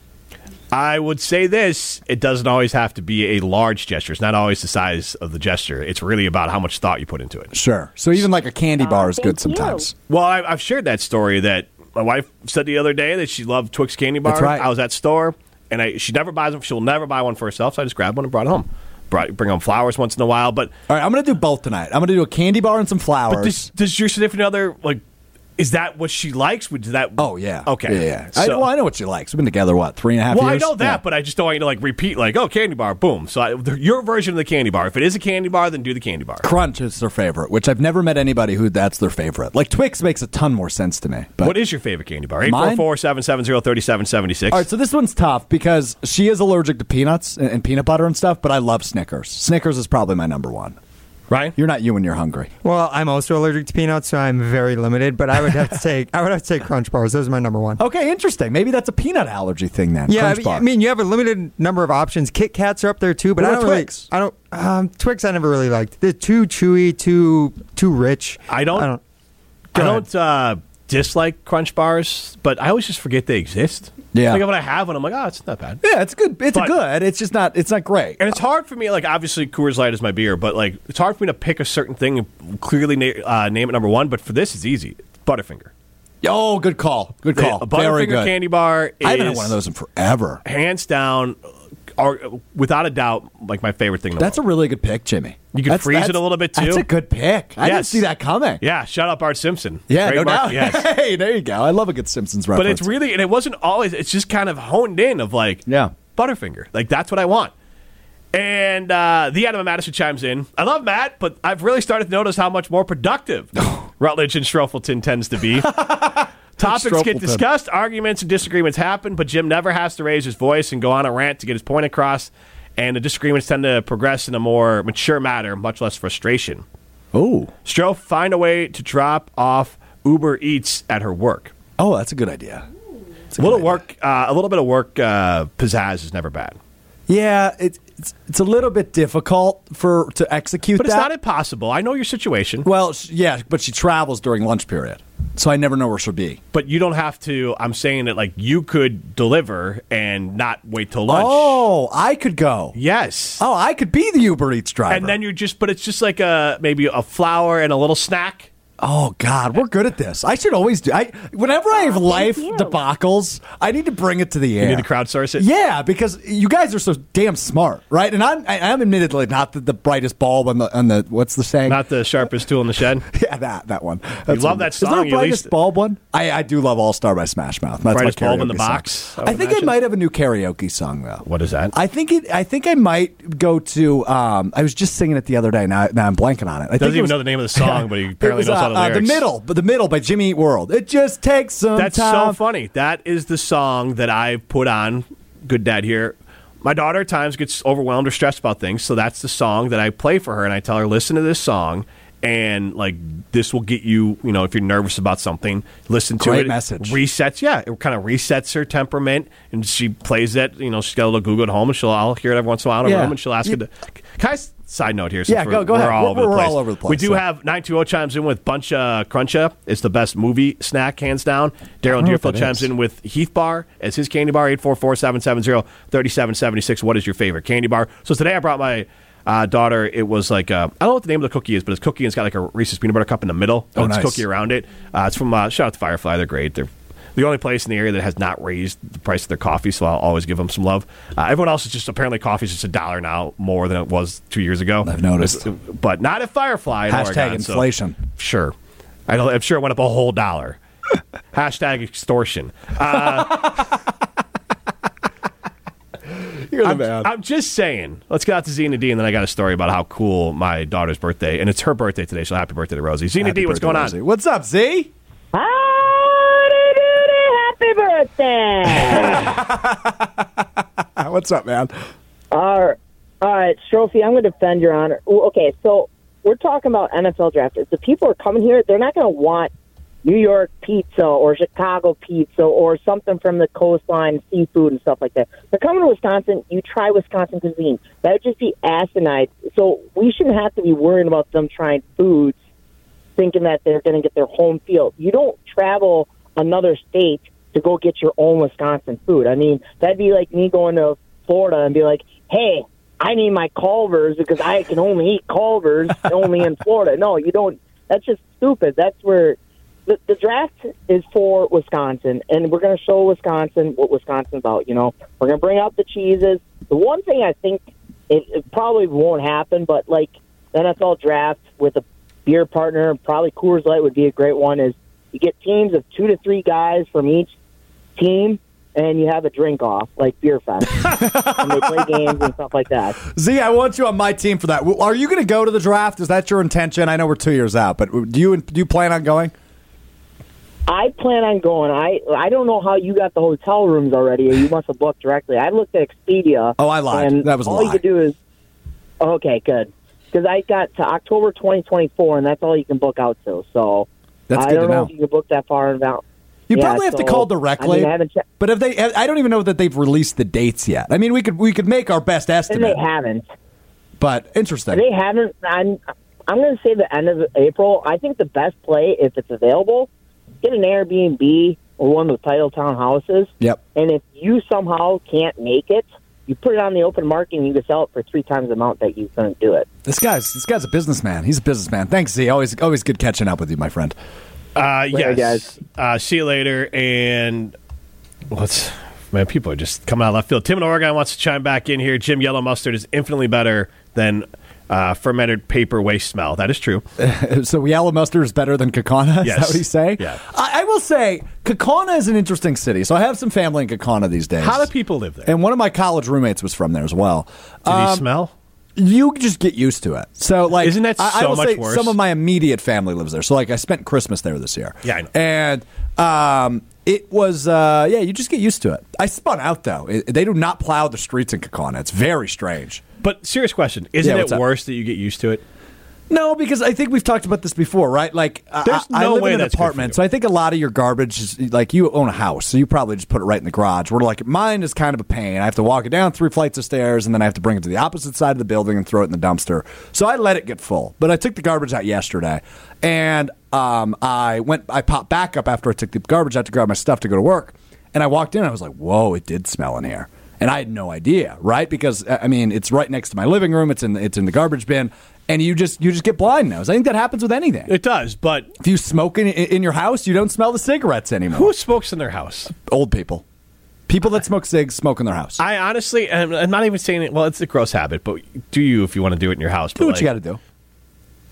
D: I would say this: it doesn't always have to be a large gesture. It's not always the size of the gesture. It's really about how much thought you put into it.
B: Sure. So even like a candy bar is good
H: Oh, thank you.
B: sometimes.
D: Well, I, I've shared that story that my wife said the other day that she loved Twix candy bar.
B: That's right.
D: I was at store, and I, she never buys them. She'll never buy one for herself, so I just grabbed one and brought it home. Brought, bring home flowers once in a while, but
B: All right, I'm gonna do both tonight. I'm gonna do a candy bar and some flowers.
D: but does, does your significant other like? Is that what she likes? Would that?
B: oh yeah.
D: Okay.
B: Yeah. yeah. I,
D: So-
B: well, I know what she likes. We've been together what three and a half
D: well, I
B: years.
D: know that,
B: Yeah.
D: but I just don't want you to like repeat like, oh, candy bar, boom. So I, the, your version of the candy bar. If it is a candy bar, then do the candy bar.
B: Crunch is their favorite, which I've never met anybody who that's their favorite. Like Twix makes a ton more sense to me. But
D: What is your favorite candy bar? Eight four
B: Mine?
D: four seven seven zero thirty seven seventy six.
B: All right, so this one's tough because she is allergic to peanuts and, and peanut butter and stuff, but I love Snickers. Snickers is probably my number one.
D: Ryan,
B: You're not you when you're hungry.
G: Well, I'm also allergic to peanuts, so I'm very limited. But I would have to take I would have to take Crunch bars. Those are my number one.
B: Okay, interesting. Maybe that's a peanut allergy thing then.
G: yeah, I
B: Oh, Crunch
G: mean,
B: bar.
G: I mean, you have a limited number of options. Kit Kats are up there too, but
B: What
G: I
B: about
G: don't really-
B: Twix?
G: I don't um, Twix. I never really liked. They're too chewy, too too rich.
D: I don't-
G: I don't.
D: I
G: Go
D: don't uh, dislike Crunch bars, but I always just forget they exist.
B: Yeah.
D: like when I have one, I'm like, oh, it's not bad.
B: yeah, it's good. It's
D: But-
B: good. It's just not. It's not great.
D: And it's hard for me, like obviously Coors Light is my beer, but like it's hard for me to pick a certain thing and clearly na- uh, name it number one. But for this, it's easy, Butterfinger.
B: Oh, good call. Good
D: The-
B: call.
D: a
B: Very
D: Butterfinger
B: good.
D: candy bar is
B: I haven't had one of those in forever.
D: hands down, are, without a doubt, like my favorite thing. in the
B: That's a
D: world.
B: really good pick, Jimmy.
D: You can freeze it a little bit, too.
B: That's a good pick. I didn't
D: Yes.
B: see that coming.
D: yeah. Shout out Bart Simpson.
B: Yeah,
D: Great
B: no
D: mark-
B: doubt.
D: Yes.
B: Hey, there you go. I love a good Simpsons reference.
D: but it's really and it wasn't always it's just kind of honed in of like
B: Yeah.
D: butterfinger like that's what i want and uh, the adam madison chimes in i love matt but i've really started to notice how much more productive rutledge and schrofelton tends to be topics
B: Schrofelton.
D: get discussed arguments and disagreements happen but jim never has to raise his voice and go on a rant to get his point across and the disagreements tend to progress in a more mature matter much less frustration
B: oh,
D: stroh find a way to drop off uber eats at her work
B: oh, that's a good idea. That's a
D: a little
B: good
D: work, uh, a little bit of work uh, pizzazz is never bad,
B: idea. Yeah, it's, it's it's a little bit difficult for to execute.
D: but it's
B: that.
D: not impossible. I know your situation,
B: Well, sh- yeah, but she travels during lunch period, so I never know where she'll be.
D: but you don't have to. I'm saying that like you could deliver and not wait till lunch.
B: Oh, I could go.
D: yes.
B: Oh, I could be the Uber Eats driver.
D: and then you're just, but it's just like a maybe a flower and a little snack.
B: oh God, we're good at this. I should always do. I whenever I have life debacles, I need to bring it to the air.
D: You need to crowdsource it.
B: Yeah, because you guys are so damn smart, right? And I'm I- I'm admittedly not the, the brightest bulb on the on the what's the saying?
D: Not the sharpest tool in the shed.
B: yeah, that that one. That's
D: love
B: one.
D: that
B: Is there
D: song,
B: a
D: you
B: brightest
D: least-
B: bulb one? I, I do love All Star by Smash Mouth. That's
D: Brightest
B: my
D: bulb in the
B: karaoke song.
D: box, I
B: I,
D: would
B: think I
D: imagine.
B: might have a new karaoke song though.
D: What is that?
B: I think it. I think I might go to. Um, I was just singing it the other day. Now, now I'm blanking on it. I think
D: Doesn't
B: it
D: even
B: was-
D: know the name of the song, but he
B: it
D: apparently
B: was,
D: knows
B: uh,
D: all the
B: uh,
D: lyrics.
B: the middle, but the middle by Jimmy Eat World. It just takes some
D: That's
B: time.
D: so funny. That is the song that I put on Good Dad here. My daughter at times gets overwhelmed or stressed about things, so that's the song that I play for her and I tell her listen to this song and like this will get you, you know, if you're nervous about something, listen to
B: Great
D: it.
B: message.
D: Resets, yeah, it kind of resets her temperament and she plays that, you know, she's got a little Google at home and she'll I'll hear it every once in a while in her
B: Yeah.
D: room and she'll ask
B: You-
D: her to Can I s- side note here?
B: Yeah,
D: we're,
B: go- go
D: we're
B: ahead.
D: All
B: We're-
D: over the
B: we're
D: place.
B: all over the place,
D: We do
B: so.
D: have 920 chimes in with Buncha Cruncha. It's the best movie snack, hands down. Daryl Deerfield chimes in with Heath Bar as his candy bar, 844 770 3776. What is your favorite candy bar? So today I brought my uh, daughter. It was like, uh, I don't know what the name of the cookie is, but it's cookie and it's got like a Reese's peanut butter cup in the middle.
B: Oh,
D: and it's
B: nice.
D: cookie around it. Uh, it's from, uh, shout out to Firefly. They're great. They're the only place in the area that has not raised the price of their coffee, so I'll always give them some love. Uh, everyone else is just apparently coffee is just a dollar now more than it was two years ago.
B: I've noticed.
D: But not at Firefly. in
B: Hashtag
D: Oregon, so-
B: inflation.
D: Sure. I don't, I'm sure it went up a whole dollar. Hashtag extortion.
B: You're the
D: I'm,
B: man.
D: I'm just saying. Let's get out to Zena D, and then I got a story about how cool my daughter's birthday, and it's her birthday today. So happy birthday to Rosie. Zena
B: Happy
D: D, what's
B: birthday,
D: going
B: Rosie.
D: on?
B: What's up, Z?
H: Howdy doody, happy birthday!
B: Ah, What's up, man?
H: all, right, all right, Strophy, I'm going to defend your honor. Ooh, okay, so we're talking about NFL draft. If the people are coming here, they're not going to want New York pizza or Chicago pizza or something from the coastline, seafood and stuff like that. They're coming to Wisconsin. You try Wisconsin cuisine. That would just be asinine. So we shouldn't have to be worrying about them trying foods thinking that they're going to get their home field. You don't travel another state to go get your own Wisconsin food. I mean, that'd be like me going to Florida and be like, "Hey, I need my Culvers because I can only eat Culvers only in Florida." No, you don't. That's just stupid. That's where the, the draft is for Wisconsin, and we're going to show Wisconsin what Wisconsin's about. You know, we're going to bring out the cheeses. The one thing I think it, it probably won't happen, but like the NFL draft with a beer partner, probably Coors Light would be a great one. Is you get teams of two to three guys from each team, and you have a drink off like beer fest, and they play games and stuff like that.
B: Z, I want you on my team for that. W- Are you going to go to the draft? Is that your intention? I know we're two years out, but do you do you plan on going?
H: I plan on going. I I don't know how you got the hotel rooms already. You must have booked directly. I looked at Expedia.
B: Oh, I lied.
H: and
B: That was a
H: Um, all
B: lie.
H: you could do is okay, good, because I got to October 2024, and that's all you can book out to. So
B: That's
H: I
B: good
H: don't
B: to
H: know.
B: know.
H: if you can book that far in advance.
B: You
H: Yeah,
B: probably have to
H: so,
B: call
H: I,
B: directly.
H: mean, I haven't checked.
B: but if they, I don't even know that they've released the dates yet. I mean, we could we could make our best
H: And they
B: estimate,
H: haven't.
B: but interesting.
H: They haven't. I'm I'm going to say the end of April. I think the best play, if it's available, get an Airbnb or one of the title town houses.
B: Yep.
H: And if you somehow can't make it, you put it on the open market and you can sell it for three times the amount that you couldn't do it.
B: This guy's this guy's a businessman. He's a businessman. Thanks, Z. Always always good catching up with you, my friend.
D: Uh,
H: Later,
D: yes.
H: guys.
D: Uh, see you later. And what's man? People are just coming out of left field. Tim in Oregon wants to chime back in here. Jim, yellow mustard is infinitely better than uh, fermented paper waste smell. That is true.
B: So yellow mustard is better than Kakana. Is
D: Yes.
B: that what you say?
D: Yeah.
B: I, I will say Kakana is an interesting city. So I have some family in Kakana these days.
D: How do people live there?
B: And one of my college roommates was from there as well.
D: Do they
B: Um,
D: smell?
B: you just get used to it. So like,
D: Isn't that
B: I, I
D: so
B: will
D: much
B: say
D: worse?
B: Some of my immediate family lives there. So like, I spent Christmas there this year.
D: Yeah, I know.
B: And um, it was uh, yeah, you just get used to it. I spun out though. It- they do not plow the streets in Kakana. It's very strange.
D: But serious question: Isn't
B: Yeah,
D: it
B: what's up?
D: worse that you get used to it?
B: No, because I think we've talked about this before, right? Like, I-
D: There's
B: I, I
D: no
B: live
D: way
B: in an
D: that's good for
B: apartment,
D: you.
B: so I think a lot of your garbage is like you own a house, so you probably just put it right in the garage. Where like mine is kind of a pain. I have to walk it down three flights of stairs, and then I have to bring it to the opposite side of the building and throw it in the dumpster. So I let it get full. But I took the garbage out yesterday, and um, I went, I popped back up after I took the garbage out to grab my stuff to go to work, and I walked in, and I was like, whoa, it did smell in here and I had no idea, right? Because uh, I I mean, it's right next to my living room. It's in it's in the garbage bin, and you just you just get blind nose. I think that happens with anything.
D: It does, but
B: if you smoke in, in your house, you don't smell the cigarettes anymore.
D: who smokes in their house?
B: Old people, people that smoke cigs smoke in their house.
D: I honestly, and I'm not even saying it. Well, it's a gross habit, but do you if you want to do it in your house?
B: do
D: but
B: what you
D: like,
B: got to do.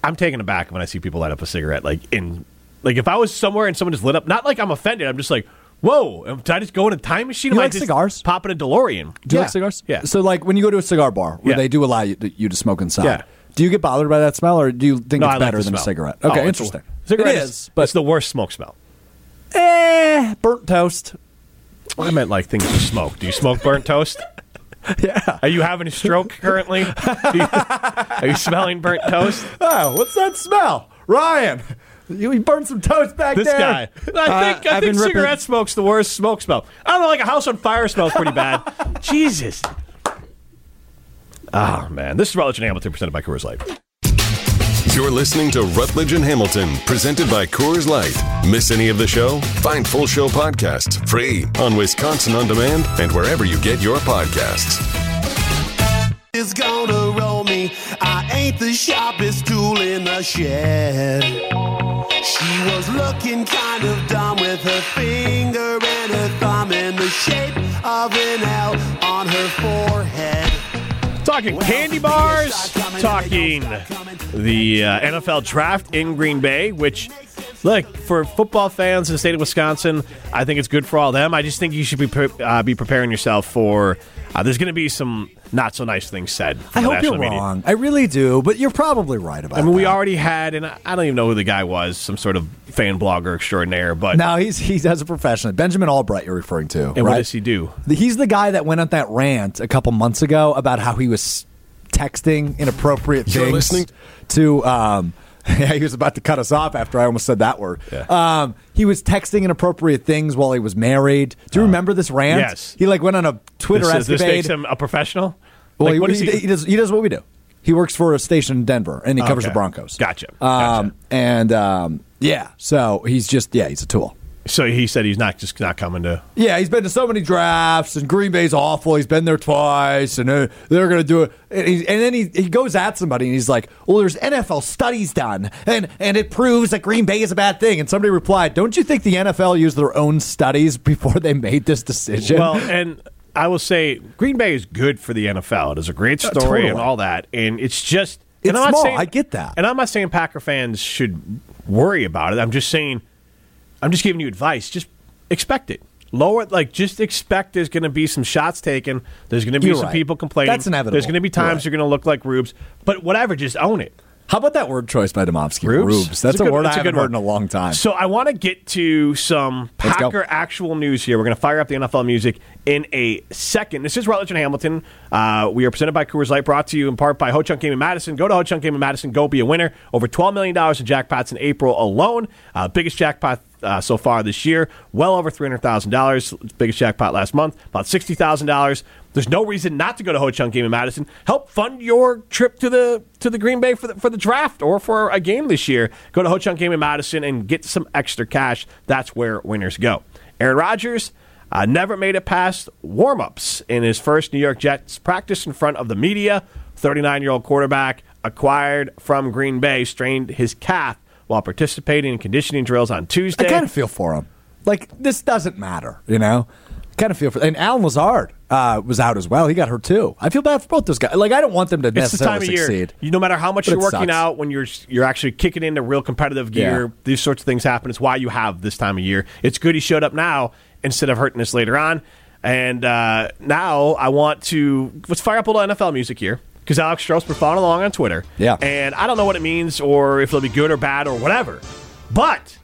D: I'm taken aback when I see people light up a cigarette. Like in, like if I was somewhere and someone just lit up, not like I'm offended. I'm just like, whoa! am- Did I just go in a time machine?
B: You
D: Am I
B: like
D: just
B: cigars?
D: Popping a DeLorean.
B: Do you
D: Yeah.
B: like cigars?
D: Yeah.
B: So like when you go to a cigar bar where
D: Yeah.
B: they do allow you to, you to smoke inside.
D: Yeah.
B: Do you get bothered by that smell, or do you think
D: no,
B: it's
D: I like
B: better
D: the
B: than a
D: smell.
B: cigarette?
D: Oh,
B: Okay,
D: it's the-
B: interesting.
D: Cigarette
B: it
D: is,
B: is, but
D: it's the worst smoke smell.
B: eh, burnt toast.
D: I meant like things you smoke. Do you smoke burnt toast?
B: Yeah.
D: Are you having a stroke currently? Do you- are you smelling burnt toast?
B: Oh, what's that smell, Ryan? You you burned some toast back
D: This
B: there.
D: guy. Uh, I think I
G: I've
D: think
G: been ripping-
D: cigarette smoke's the worst smoke smell. I don't know, like a house on fire smells pretty bad. Jesus. Oh man, this is Religion Hamilton presented by Coors Light.
C: You're listening to Rutledge and Hamilton, presented by Coors Light. Miss any of the show? Find full show podcasts free on Wisconsin On Demand and wherever you get your podcasts.
I: is gonna roll me. I ain't the sharpest tool in the shed. She was looking kind of dumb with her finger and her thumb in the shape of an L on her forehead.
D: Talking candy bars, talking the uh, NFL draft in Green Bay, which, look, for football fans in the state of Wisconsin, I think it's good for all them. I just think you should be pre- uh, be preparing yourself for. Uh, there's going to be some not so nice things said. from
B: I
D: the
B: hope you're
D: national media.
B: wrong. I really do, but you're probably right about.
D: I mean, we
B: that.
D: already had, and I I don't even know who the guy was, some sort of fan blogger extraordinaire, but
B: No, he's he's as a professional. Benjamin Albright, you're referring to,
D: and
B: right?
D: what does he do?
B: He's the guy that went on that rant a couple months ago about how he was texting inappropriate
C: You're
B: things
C: listening-
B: to. Um, yeah, he was about to cut us off after I almost said that word.
D: Yeah.
B: Um, he was texting inappropriate things while he was married. Do you remember this rant?
D: Uh, yes.
B: He like went on a Twitter
D: This, is- this
B: escapade.
D: makes him a professional?
B: Well,
D: Like,
B: he,
D: what is
B: he,
D: he-
B: he does. He does what we do. He works for a station in Denver, and he covers
D: Okay.
B: the Broncos.
D: Gotcha.
B: Um,
D: Gotcha.
B: And um, yeah, so he's just yeah, he's a tool.
D: so he said he's not just not coming to.
B: Yeah, he's been to so many drafts, and Green Bay's awful. He's been there twice, and uh, they're going to do it. And, he, and then he, he goes at somebody, and he's like, "Well, there's NFL studies done, and and it proves that Green Bay is a bad thing." And somebody replied, "Don't you think the NFL used their own studies before they made this decision?"
D: Well, and I will say Green Bay is good for the NFL. It is a great story
B: totally.
D: and all that, and it's just.
B: It's
D: and I'm not
B: small.
D: saying-
B: I get that.
D: and I'm not saying Packer fans should worry about it. I'm just saying, I'm just giving you advice. Just expect it. Lower, like, just expect there's going to be some shots taken. There's going to be
B: You're
D: some
B: right.
D: people complaining.
B: That's inevitable.
D: There's going to be
B: You're
D: times
B: right.
D: you're going to look like rubes, but whatever, just own it.
B: how about that word choice by Demovsky?
D: Rubes?
B: That's,
D: It's
B: a,
D: a good-
B: word I
D: it's a good
B: haven't heard
D: word.
B: in a long time.
D: So I want to get to some
B: Let's go.
D: Packer actual news here. We're going to fire up the NFL music in a second. This is Rutledge and Hamilton. Uh, we are presented by Coors Light, brought to you in part by Ho Chunk Game in Madison. Go to Ho Chunk Game in Madison. Go be a winner. Over $12 million in jackpots in April alone. Uh, biggest jackpot uh, so far this year. Well over $300,000. Biggest jackpot last month. About $60,000. There's no reason not to go to Ho Chunk Game in Madison. Help fund your trip to the to the Green Bay for the, for the draft or for a game this year. Go to Ho Chunk Game in Madison and get some extra cash. That's where winners go. Aaron Rodgers uh, never made it past warm-ups in his first New York Jets practice in front of the media. 39-year-old quarterback acquired from Green Bay strained his calf while participating in conditioning drills on Tuesday.
B: I kind of feel for him. Like this doesn't matter, you know. Kind of feel for and Alan Lazard uh, was out as well. He got hurt too. I feel bad for both those guys. Like I don't want them to
D: it's the time
B: necessarily
D: of year.
B: succeed.
D: You, no matter how much
B: But
D: you're
B: it
D: working
B: sucks.
D: out, when you're you're actually kicking into real competitive gear,
B: Yeah.
D: these sorts of things happen. It's why you have this time of year. It's good he showed up now instead of hurting us later on. And uh, now I want to let's fire up a little NFL music here because Alex Strauss been following along on Twitter.
B: Yeah.
D: and I don't know what it means or if it'll be good or bad or whatever, but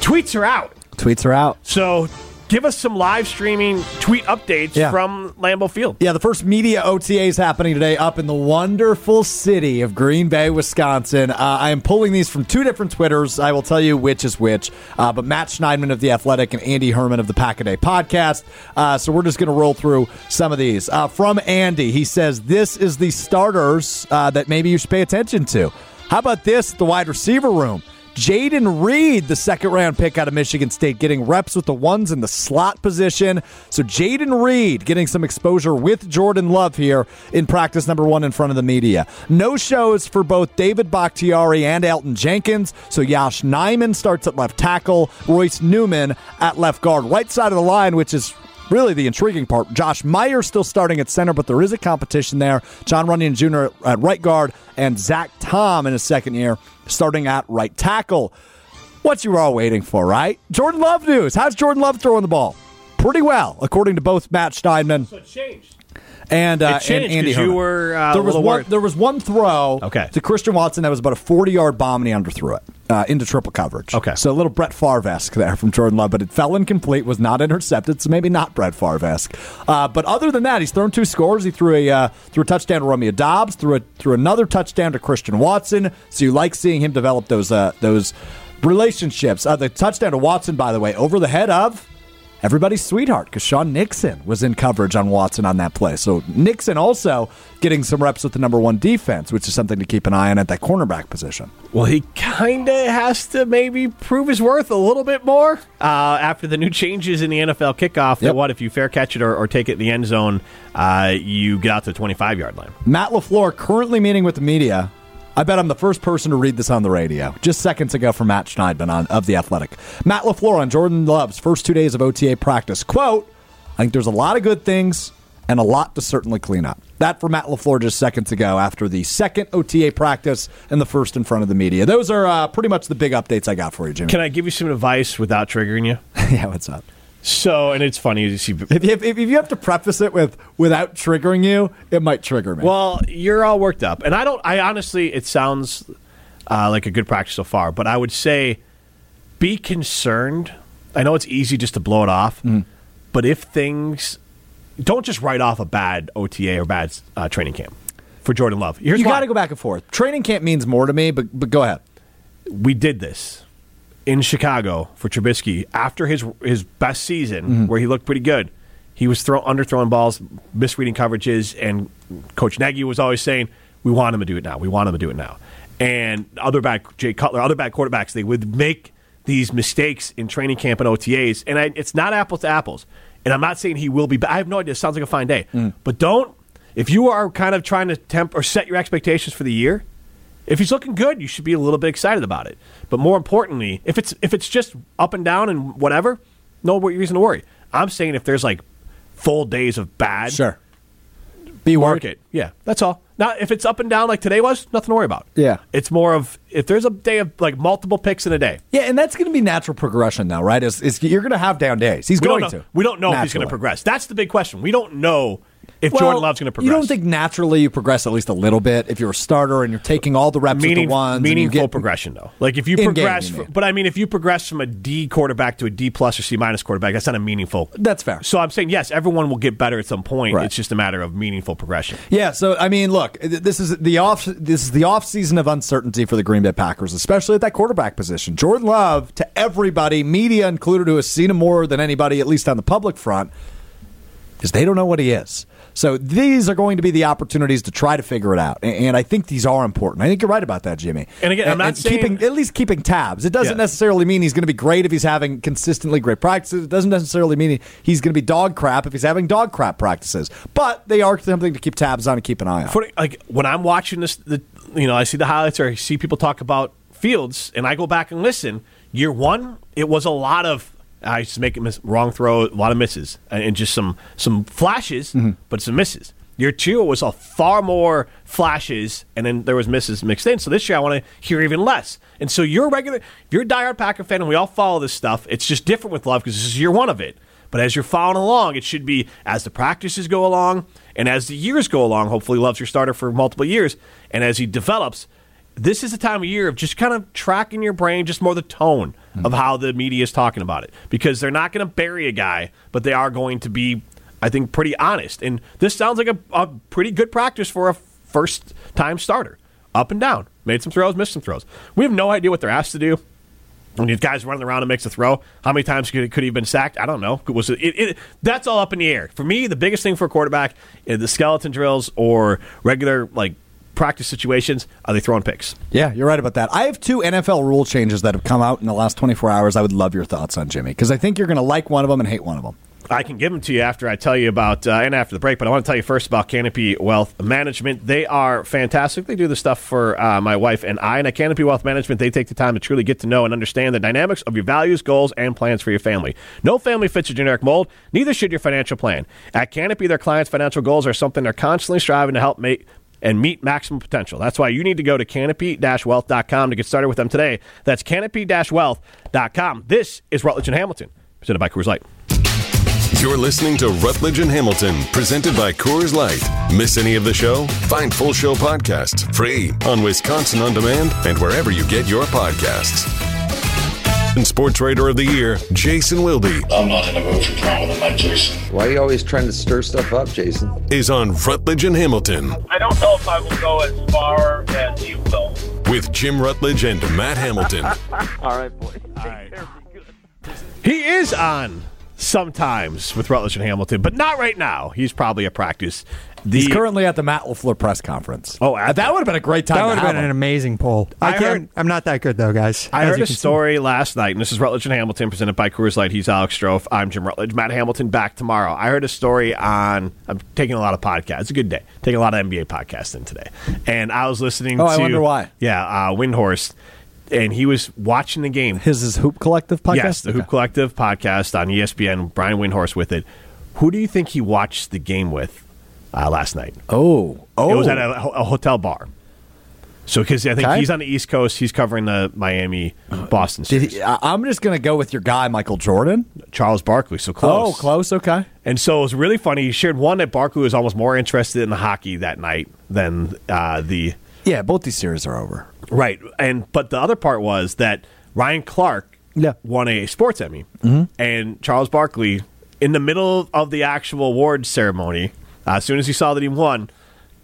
D: tweets are out.
B: Tweets are out.
D: So give us some live streaming tweet updates
B: Yeah.
D: from Lambeau Field.
B: Yeah, the first media OTA is happening today up in the wonderful city of Green Bay, Wisconsin. Uh, I am pulling these from two different Twitters. I will tell you which is which. Uh, but Matt Schneidman of The Athletic and Andy Herman of the Pack a Day podcast. Uh, so we're just going to roll through some of these. Uh, from Andy, he says, This is the starters uh, that maybe you should pay attention to. How about this, the wide receiver room? Jaden Reed, the second round pick out of Michigan State, getting reps with the ones in the slot position. So Jaden Reed getting some exposure with Jordan Love here in practice number one in front of the media. No shows for both David Bakhtiari and Elton Jenkins. So Yash Nyman starts at left tackle, Royce Newman at left guard. Right side of the line, which is really the intriguing part. Josh Meyer still starting at center, but there is a competition there. John Runyon Jr. at right guard and Zach Tom in his second year starting at right tackle. What you were all waiting for, right? Jordan Love news. How's Jordan Love throwing the ball? Pretty well, according to both Matt Steinman
D: So it changed.
B: and, uh,
D: It changed
B: and Andy
D: 'cause you
B: Herman.
D: were, uh,
B: there
D: a
B: was
D: little
B: one.
D: worried.
B: There was one throw
D: Okay.
B: to Christian Watson that was about a forty-yard bomb, and he underthrew it uh, into triple coverage.
D: Okay.
B: so a little Brett Favre-esque there from Jordan Love, but it fell incomplete, was not intercepted, so maybe not Brett Favre-esque. Uh, but other than that, he's thrown two scores. He threw a uh, threw a touchdown to Romeo Dobbs, threw a, threw another touchdown to Christian Watson. So you like seeing him develop those uh, those relationships. Uh, the touchdown to Watson, by the way, over the head of everybody's sweetheart because Sean Nixon was in coverage on Watson on that play. So Nixon also getting some reps with the number one defense, which is something to keep an eye on at that cornerback position.
D: Well, he kind of has to maybe prove his worth a little bit more uh, after the new changes in the NFL kickoff. That
B: Yep.
D: what if you fair catch it or, or take it in the end zone, uh, you get out to the twenty-five yard line.
B: Matt LaFleur currently meeting with the media. I bet I'm the first person to read this on the radio. Just seconds ago from Matt Schneidman on, of The Athletic. Matt LaFleur on Jordan Love's first two days of OTA practice. Quote, I think there's a lot of good things and a lot to certainly clean up. That for Matt LaFleur just seconds ago after the second OTA practice and the first in front of the media. Those are uh, pretty much the big updates I got for you, Jimmy.
D: Can I give you some advice without triggering you?
B: yeah, what's up?
D: So, and it's funny you see.
B: If you, if, if you have to preface it with without triggering you, it might trigger me.
D: Well, you're all worked up, and I don't. I honestly, it sounds uh, like a good practice so far, but I would say be concerned. I know it's easy just to blow it off,
B: Mm-hmm.
D: but if things don't just write off a bad OTA or bad uh, training camp for Jordan Love, here's
B: you
D: why.
B: got to go back and forth. Training camp means more to me, but, but go ahead.
D: we did this in Chicago for Trubisky after his his best season, where he looked pretty good. He was throw, underthrowing balls, misreading coverages, and Coach Nagy was always saying, "We want him to do it now. We want him to do it now." And other back Jay Cutler, other bad quarterbacks, they would make these mistakes in training camp and OTAs, and I, it's not apples to apples. And I'm not saying he will be. But I have no idea. It sounds like a fine day, but don't. If you are kind of trying to temp or set your expectations for the year, if he's looking good, you should be a little bit excited about it. But more importantly, if it's if it's just up and down and whatever, no reason to worry. I'm saying if there's like full days of bad,
B: Sure. Be
D: work it. Yeah, that's all. Now, if it's up and down like today was, nothing to worry about.
B: Yeah.
D: it's more of if there's a day of like multiple picks in a day.
B: Yeah, and that's going to be natural progression, though, right? Is, is you're going to have down days. He's
D: We
B: going
D: don't know,
B: to.
D: We don't know if he's
B: Naturally.
D: going to progress. That's the big question. We don't know if
B: Well,
D: Jordan Love's going to progress.
B: You don't think naturally you progress at least a little bit if you're a starter and you're taking all the reps
D: Meaning-
B: with the ones. and you
D: meaningful
B: get-
D: progression though. Like if you
B: In-game,
D: progress,
B: you
D: fr-
B: mean.
D: but I mean if you progress from a D quarterback to a D plus or C minus quarterback, that's not a meaningful.
B: That's fair.
D: So I'm saying yes, everyone will get better at some point.
B: Right.
D: It's just a matter of meaningful progression.
B: Yeah, so I mean, look, th- this is the off this is the off season of uncertainty for the Green Bay Packers, especially at that quarterback position. Jordan Love, to everybody, media included, who has seen him more than anybody, at least on the public front, because they don't know what he is. So these are going to be the opportunities to try to figure it out, A- and I think these are important. I think you're right about that, Jimmy.
D: And again, I'm not saying-
B: keeping at least keeping tabs. It doesn't
D: Yeah.
B: necessarily mean he's going to be great if he's having consistently great practices. It doesn't necessarily mean he- he's going to be dog crap if he's having dog crap practices. But they are something to keep tabs on and keep an eye on.
D: For, like when I'm watching this, the, you know I see the highlights or I see people talk about Fields, and I go back and listen, year one, it was a lot of I used to make a miss, wrong throw, a lot of misses, and and just some some flashes, but some misses. Year two it was a far more flashes, and then there was misses mixed in. So this year I want to hear even less. And so you're a regular, if you're a diehard Packer fan, and we all follow this stuff. It's just different with Love because this is year one of it. But as you're following along, it should be as the practices go along and as the years go along. Hopefully, Love's your starter for multiple years, and as he develops, this is the time of year of just kind of tracking your brain, just more the tone of how the media is talking about it, because they're not going to bury a guy, but they are going to be, I think, pretty honest. And this sounds like a, a pretty good practice for a first time starter. Up and down, made some throws, missed some throws. We have no idea what they're asked to do when these guys running around and makes a throw, how many times could, could he have been sacked? I don't know. Was it, it, it- that's all up in the air. For me, the biggest thing for a quarterback is the skeleton drills or regular like practice situations. Are they throwing picks?
B: Yeah, you're right about that. I have two NFL rule changes that have come out in the last 24 hours. I would love your thoughts on Jimmy because I think you're going to like one of them and hate one of them.
D: I can give them to you after I tell you about uh, and after the break. But I want to tell you first about Canopy Wealth Management. They are fantastic. They do the stuff for uh, my wife and I. And at Canopy Wealth Management, they take the time to truly get to know and understand the dynamics of your values, goals, and plans for your family. No family fits a generic mold. Neither should your financial plan. At Canopy, their clients' financial goals are something they're constantly striving to help make and meet maximum potential. That's why you need to go to canopy-wealth.com to get started with them today. That's canopy-wealth.com. This is Rutledge and Hamilton, presented by Coors Light.
C: You're listening to Rutledge and Hamilton, presented by Coors Light. Miss any of the show? Find full show podcasts free on Wisconsin On Demand and wherever you get your podcasts. And Sports Writer of the Year, Jason Wilde,
J: I'm not in a mood for drama tonight, Jason.
K: Why are you always trying to stir stuff up, Jason?
C: is on Rutledge and Hamilton
J: I don't know if I will go as far as you will.
C: with Jim Rutledge and Matt Hamilton.
J: All right, boys. All right.
D: He is on sometimes with Rutledge and Hamilton, but not right now. He's probably at practice. The,
B: He's currently at the Matt LaFleur press conference.
D: oh, I,
B: That would have been a great time
G: That
B: to
G: would have
B: have
G: been an
B: him.
G: amazing poll.
D: I
G: I, can't.
D: heard-
G: I'm not that good though, guys.
D: I
G: as
D: heard
G: you
D: a
G: can see.
D: story last night, and this is Rutledge and Hamilton presented by Coors Light. He's Alex Strofe. I'm Jim Rutledge. Matt Hamilton back tomorrow. I heard a story on. I'm taking a lot of podcasts. It's a good day. Taking a lot of NBA podcasts in today, and I was listening.
B: Oh,
D: to,
B: I wonder why.
D: Yeah, uh, Windhorse, and he was watching the game.
B: His is Hoop Collective podcast?
D: Yes, the Hoop
B: Okay.
D: Collective podcast on E ESPN. Brian Windhorse with it. Who do you think he watched the game with uh, last night?
B: Oh, oh.
D: It was at a, ho- a hotel bar. So because I think
B: Okay. Uh,
D: he's on the East Coast, he's covering the Miami Boston
B: Did
D: series.
B: he, I- I'm just going to go with your guy, Michael Jordan.
D: Charles Barkley, so close.
B: Oh, close. Okay.
D: And so it was really funny. He shared one that Barkley was almost more interested in the hockey that night than uh, the
B: Yeah, both these series are over.
D: Right. And but the other part was that Ryan Clark
B: Yeah. Mm-hmm.
D: won a sports Emmy, and Charles Barkley in the middle of the actual award ceremony, uh, as soon as he saw that he won,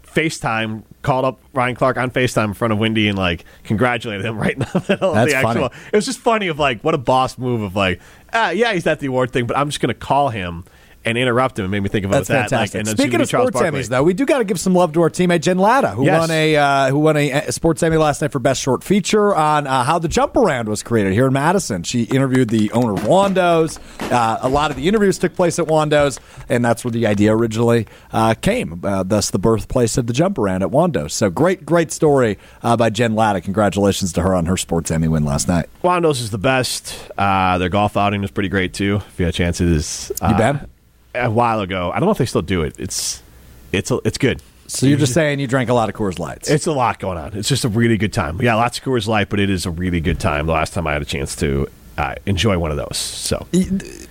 D: FaceTime called up Ryan Clark on FaceTime in front of Wendy and like congratulated him right in the middle
B: That's
D: of the actual.
B: funny.
D: It was just funny of like what a boss move of like ah, yeah he's at the award thing, but I'm just gonna call him. And interrupt him. It made me think about
B: That's
D: that.
B: fantastic.
D: Like, and then
B: Speaking
D: Jimmy
B: of sports
D: Barkley.
B: Emmys, though, we do got to give some love to our teammate Jen Latta, who
D: Yes.
B: won a uh, who won a uh, sports Emmy last night for best short feature on uh, how the jump around was created here in Madison. She interviewed the owner of Wando's. Uh, a lot of the interviews took place at Wando's, and that's where the idea originally uh, came. Uh, thus, the birthplace of the jump around at Wando's. So great, great story uh, by Jen Latta. Congratulations to her on her sports Emmy win last night.
D: Wando's is the best. Uh, their golf outing was pretty great too. If you had a chance, it is. Uh,
B: been?
D: A while ago. I don't know if they still do it. It's it's it's good.
B: So you're just saying you drank a lot of Coors Lights.
D: It's a lot going on. It's just a really good time. Yeah, lots of Coors Light, but it is a really good time. The last time I had a chance to uh, enjoy one of those, so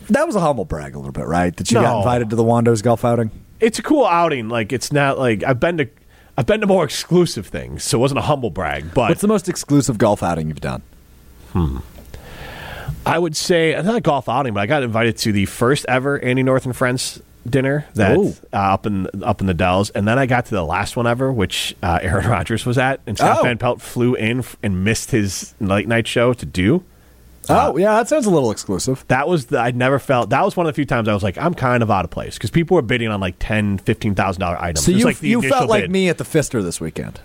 B: that was a humble brag a little bit, right? That you got
D: No.
B: invited to the Wando's golf outing.
D: it's a cool outing. Like it's not like I've been to I've been to more exclusive things, so it wasn't a humble brag. But
B: What's the most exclusive golf outing you've done?
D: I would say not a golf outing, but I got invited to the first ever Andy North and Friends dinner that
B: Ooh.
D: uh, up in up in the Dells, and then I got to the last one ever, which uh, Aaron Rodgers was at, and Scott
B: Oh.
D: Van Pelt flew in f- and missed his late night show to do. Uh,
B: oh, yeah, that sounds a little exclusive.
D: That was the, I'd never felt that was one of the few times I was like I'm kind of out of place because people were bidding on like ten fifteen thousand dollar items.
B: So
D: It was
B: you,
D: like the
B: you
D: initial
B: felt like
D: bid.
B: me at the Fister this weekend.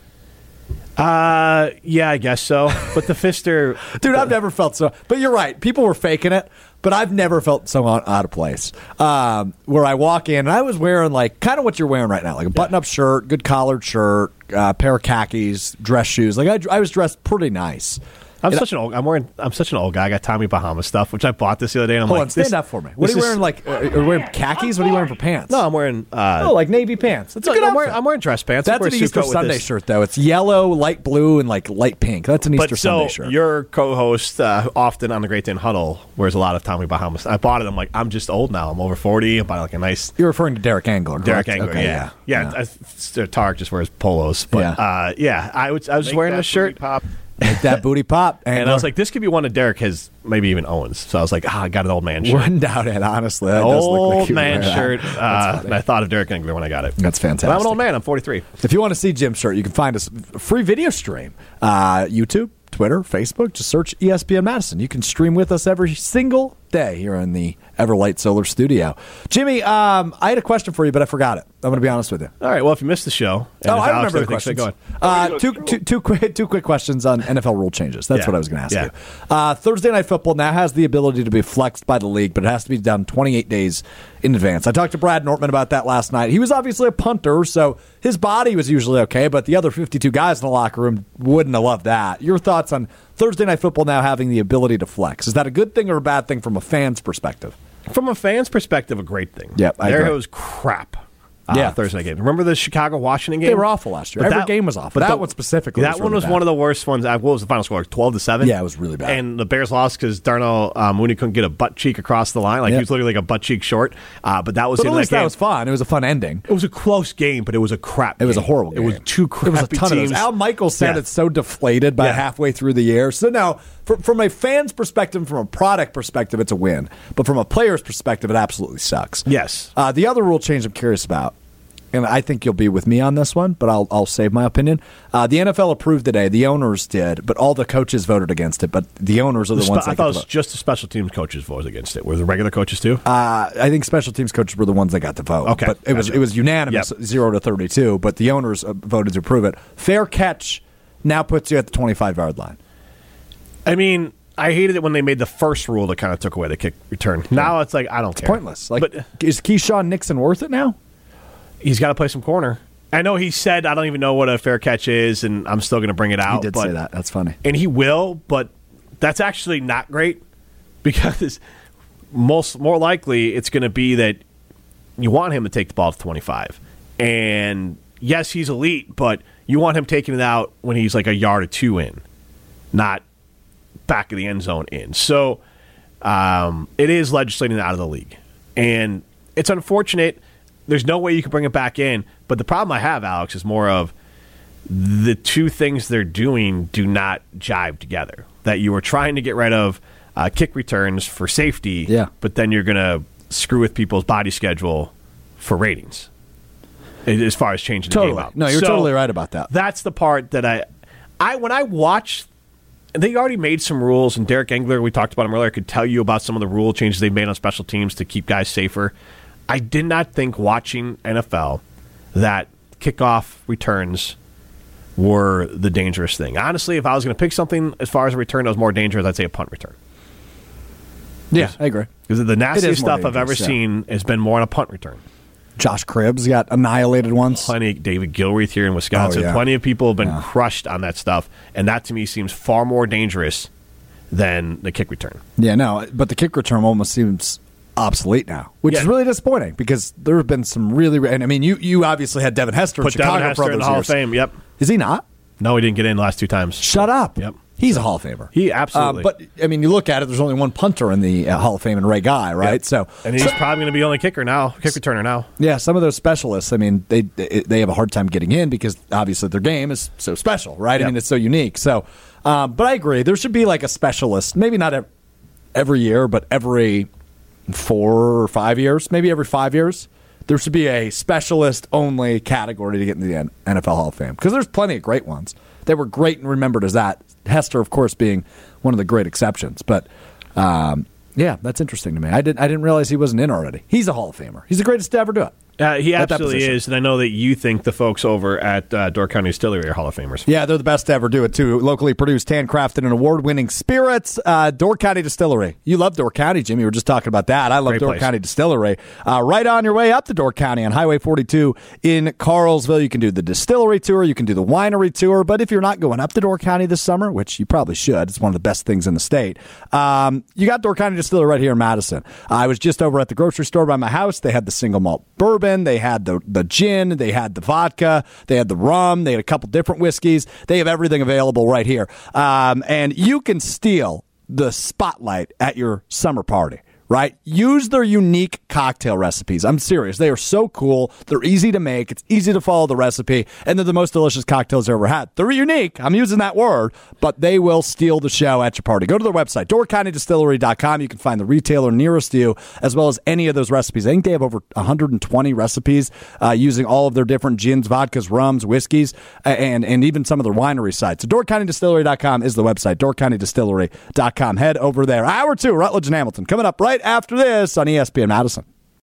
D: Uh, yeah, I guess so. But the Fister,
B: Dude, I've never felt so. But you're right. People were faking it, but I've never felt so out, out of place. Um, where I walk in, and I was wearing like kind of what you're wearing right now, like a button-up shirt, good collared shirt, uh, pair of khakis, dress shoes. Like I, I was dressed pretty nice.
D: I'm such an old. I'm wearing. I'm such an old guy. I got Tommy Bahama stuff, which I bought this the other day. And I'm
B: Hold
D: like,
B: on, stand
D: this-
B: up for me. What are
D: this
B: you
D: is-
B: wearing? Like, uh, are you wearing khakis? What are you wearing for pants?
D: No, I'm wearing. Uh,
B: oh, like navy pants. That's a
D: no,
B: good
D: I'm wearing-
B: outfit.
D: I'm wearing dress pants. I
B: That's
D: wear
B: an
D: a suit
B: Easter
D: coat with
B: Sunday
D: this.
B: shirt, though. It's yellow, light blue, and like light pink. That's an Easter
D: But so
B: Sunday shirt.
D: your co-host uh, often on the Great Dane Huddle wears a lot of Tommy Bahama. stuff. I bought it. I'm like, I'm just old now. I'm over forty. I bought like a nice
B: You're referring to Derek Angler.
D: Derek
B: correct?
D: Angler.
B: Okay,
D: yeah, yeah. I- Sir Tarek just wears polos, but
B: Yeah.
D: uh, yeah, I was I was wearing a shirt, pop.
B: Make that booty pop.
D: and I was like, this could be one of Derek has maybe even Owens. So I was like, ah, I got an old man shirt.
B: one doubt it. Honestly, that does look like
D: old
B: you
D: man
B: wear that.
D: shirt. Uh, and I thought of Derek Engler when I got it.
B: That's
D: But I'm an
B: fantastic.
D: old man. I'm 43.
B: If you want to see Jim's shirt, you can find us free video stream, uh, YouTube, Twitter, Facebook. Just search E ESPN Madison. You can stream with us every single day here in the Everlight Solar Studio. Jimmy, um, I had a question for you, but I forgot it. I'm going to be honest with you.
D: All right. Well, if you missed the show, and
B: oh,
D: if
B: I
D: Alex
B: remember the
D: doesn't think so,
B: questions.
D: Go on.
B: Uh, two, two, two, quick, two quick questions on NFL rule changes. That's
D: Yeah.
B: what I was going to ask
D: Yeah.
B: you. Uh, Thursday Night Football now has the ability to be flexed by the league, but it has to be done 28 days in advance. I talked to Brad Nortman about that last night. He was obviously a punter, so his body was usually okay, but the other 52 guys in the locker room wouldn't have loved that. Your thoughts on Thursday Night Football now having the ability to flex? Is that a good thing or a bad thing from a fan's perspective?
D: From a fan's perspective, a great thing.
B: Yep, I
D: there
B: agree.
D: was crap. Uh,
B: Yeah.
D: Thursday night game. Remember the Chicago Washington game?
B: They were awful last year. Every game was awful. That one specifically
D: That
B: was
D: one
B: really
D: was
B: bad.
D: one of the worst ones. Uh, What was the final score? Twelve to seven.
B: Yeah, it was really bad.
D: And the Bears lost because Darnell um, Mooney couldn't get a butt cheek across the line. Like
B: Yeah.
D: he was literally like a butt cheek short. Uh, but that was
B: But
D: the
B: at
D: end of
B: least
D: that
B: that
D: game.
B: was fun. It was a fun ending.
D: It was a close game, but it was a crap.
B: It was a
D: game.
B: horrible game.
D: It was two
B: There
D: crappy
B: was a ton
D: teams.
B: Of those. Al Michaels sounded
D: Yeah.
B: so deflated by
D: Yeah.
B: halfway through the year. So now, fr- from a fan's perspective, from a product perspective, it's a win. But from a player's perspective, it absolutely sucks.
D: Yes.
B: Uh, the other rule change I'm curious about, and I think you'll be with me on this one, but I'll, I'll save my opinion. Uh, the NFL approved today. The owners did, but all the coaches voted against it. But the owners are the,
D: The spe-
B: ones
D: I
B: that got
D: thought it
B: the
D: was
B: vote.
D: just the special teams coaches voted against it. Were the regular coaches too?
B: Uh, I think special teams coaches were the ones that got the vote.
D: Okay,
B: but it was
D: gotcha.
B: it was unanimous,
D: Yep.
B: zero to thirty two. But the owners uh, voted to approve it. Fair catch now puts you at the twenty five yard line.
D: I mean, I hated it when they made the first rule that kind of took away the kick return. Now it's like I don't care.
B: Pointless. Like,
D: but uh,
B: is Keyshawn Nixon worth it now?
D: he's got to play some corner. I know he said I don't even know what a fair catch is, and I'm still going to bring it out.
B: he did
D: Oh, but,
B: say that. That's funny.
D: and he will, but that's actually not great because most more likely it's going to be that you want him to take the ball to 25. And yes, he's elite, but you want him taking it out when he's like a yard or two in, not back of the end zone in. So um, it is legislating out of the league. And it's unfortunate. There's no way you can bring it back in. But the problem I have, Alex, is more of the two things they're doing do not jive together. That you were trying to get rid of uh, kick returns for safety,
B: Yeah.
D: but then you're going to screw with people's body schedule for ratings a- as far as changing the
B: Totally.
D: game up.
B: No, you're totally right about that.
D: That's the part that I, I when I watch, they already made some rules, and Derek Engler, we talked about him earlier, could tell you about some of the rule changes they made on special teams to keep guys safer. I did not think watching NFL that kickoff returns were the dangerous thing. Honestly, if I was going to pick something as far as a return that was more dangerous, I'd say a punt return.
B: Yeah, I agree.
D: Because the nastiest
B: more
D: stuff I've ever
B: dangerous, yeah.
D: seen has been more on a punt return.
B: Josh Cribbs got annihilated once.
D: plenty David Gilreath here in Wisconsin.
B: Oh, yeah.
D: Plenty of people have been
B: Yeah.
D: crushed on that stuff, and that to me seems far more dangerous than the kick return.
B: Yeah, no, but the kick return almost seems obsolete now, which
D: Yeah.
B: is really disappointing because there have been some really. And I mean, you you obviously had Devin Hester, in
D: Put
B: Chicago
D: Devin Hester
B: for
D: in the
B: those
D: Hall
B: years.
D: of Fame. Yep.
B: Is he not?
D: No, he didn't get in the last two times.
B: Shut up.
D: Yep.
B: He's a Hall of Famer.
D: He absolutely-
B: Uh, but I mean, you look at it. There's only one punter in the uh, Hall of Fame, and Ray Guy, right?
D: Yep.
B: So,
D: and he's
B: so-
D: probably going to be only kicker now, kick returner now.
B: yeah, some of those specialists. I mean, they they they have a hard time getting in because obviously their game is so special, right? I
D: Yep.
B: mean, it's so unique. So, um, but I agree. There should be like a specialist. Maybe not ev- every year, but every four or five years, maybe every five years. There should be a specialist only category to get into the N- NFL Hall of Fame because there's plenty of great ones that were great and remembered as that. Hester, of course, being one of the great exceptions. But um, yeah, that's interesting to me. I didn't I didn't realize he wasn't in already. He's a Hall of Famer. He's the greatest to ever do it.
D: Uh, he
B: At that
D: absolutely
B: position.
D: is, and I know that you think the folks over at uh, Door County Distillery are Hall of Famers.
B: Yeah, they're the best to ever do it too. Locally produced, handcrafted, and award-winning spirits. Uh, Door County Distillery. You love Door County, Jimmy. We were just talking about that. I love
D: Great
B: Door
D: place.
B: County Distillery. Uh, right on your way up to Door County on Highway 42 in Carlsville, you can do the distillery tour. You can do the winery tour. But if you're not going up to Door County this summer, which you probably should, it's one of the best things in the state. Um, you got Door County Distillery right here in Madison. I was just over at the grocery store by my house. They had the single malt bourbon. They had the the gin. They had the vodka. They had the rum. They had a couple different whiskeys. They have everything available right here. Um, and you can steal the spotlight at your summer party. Right? Use their unique cocktail recipes. I'm serious. They are so cool. They're easy to make. It's easy to follow the recipe. And they're the most delicious cocktails I've ever had. They're unique. I'm using that word, but they will steal the show at your party. Go to their website, doorcountydistillery.com. You can find the retailer nearest you, as well as any of those recipes. I think they have over 120 recipes uh, using all of their different gins, vodkas, rums, whiskeys, a- and, and even some of their winery sites. So doorcountydistillery.com is the website, doorcountydistillery.com. Head over there. Hour two, Rutledge and Hamilton, coming up right after this on E ESPN Madison.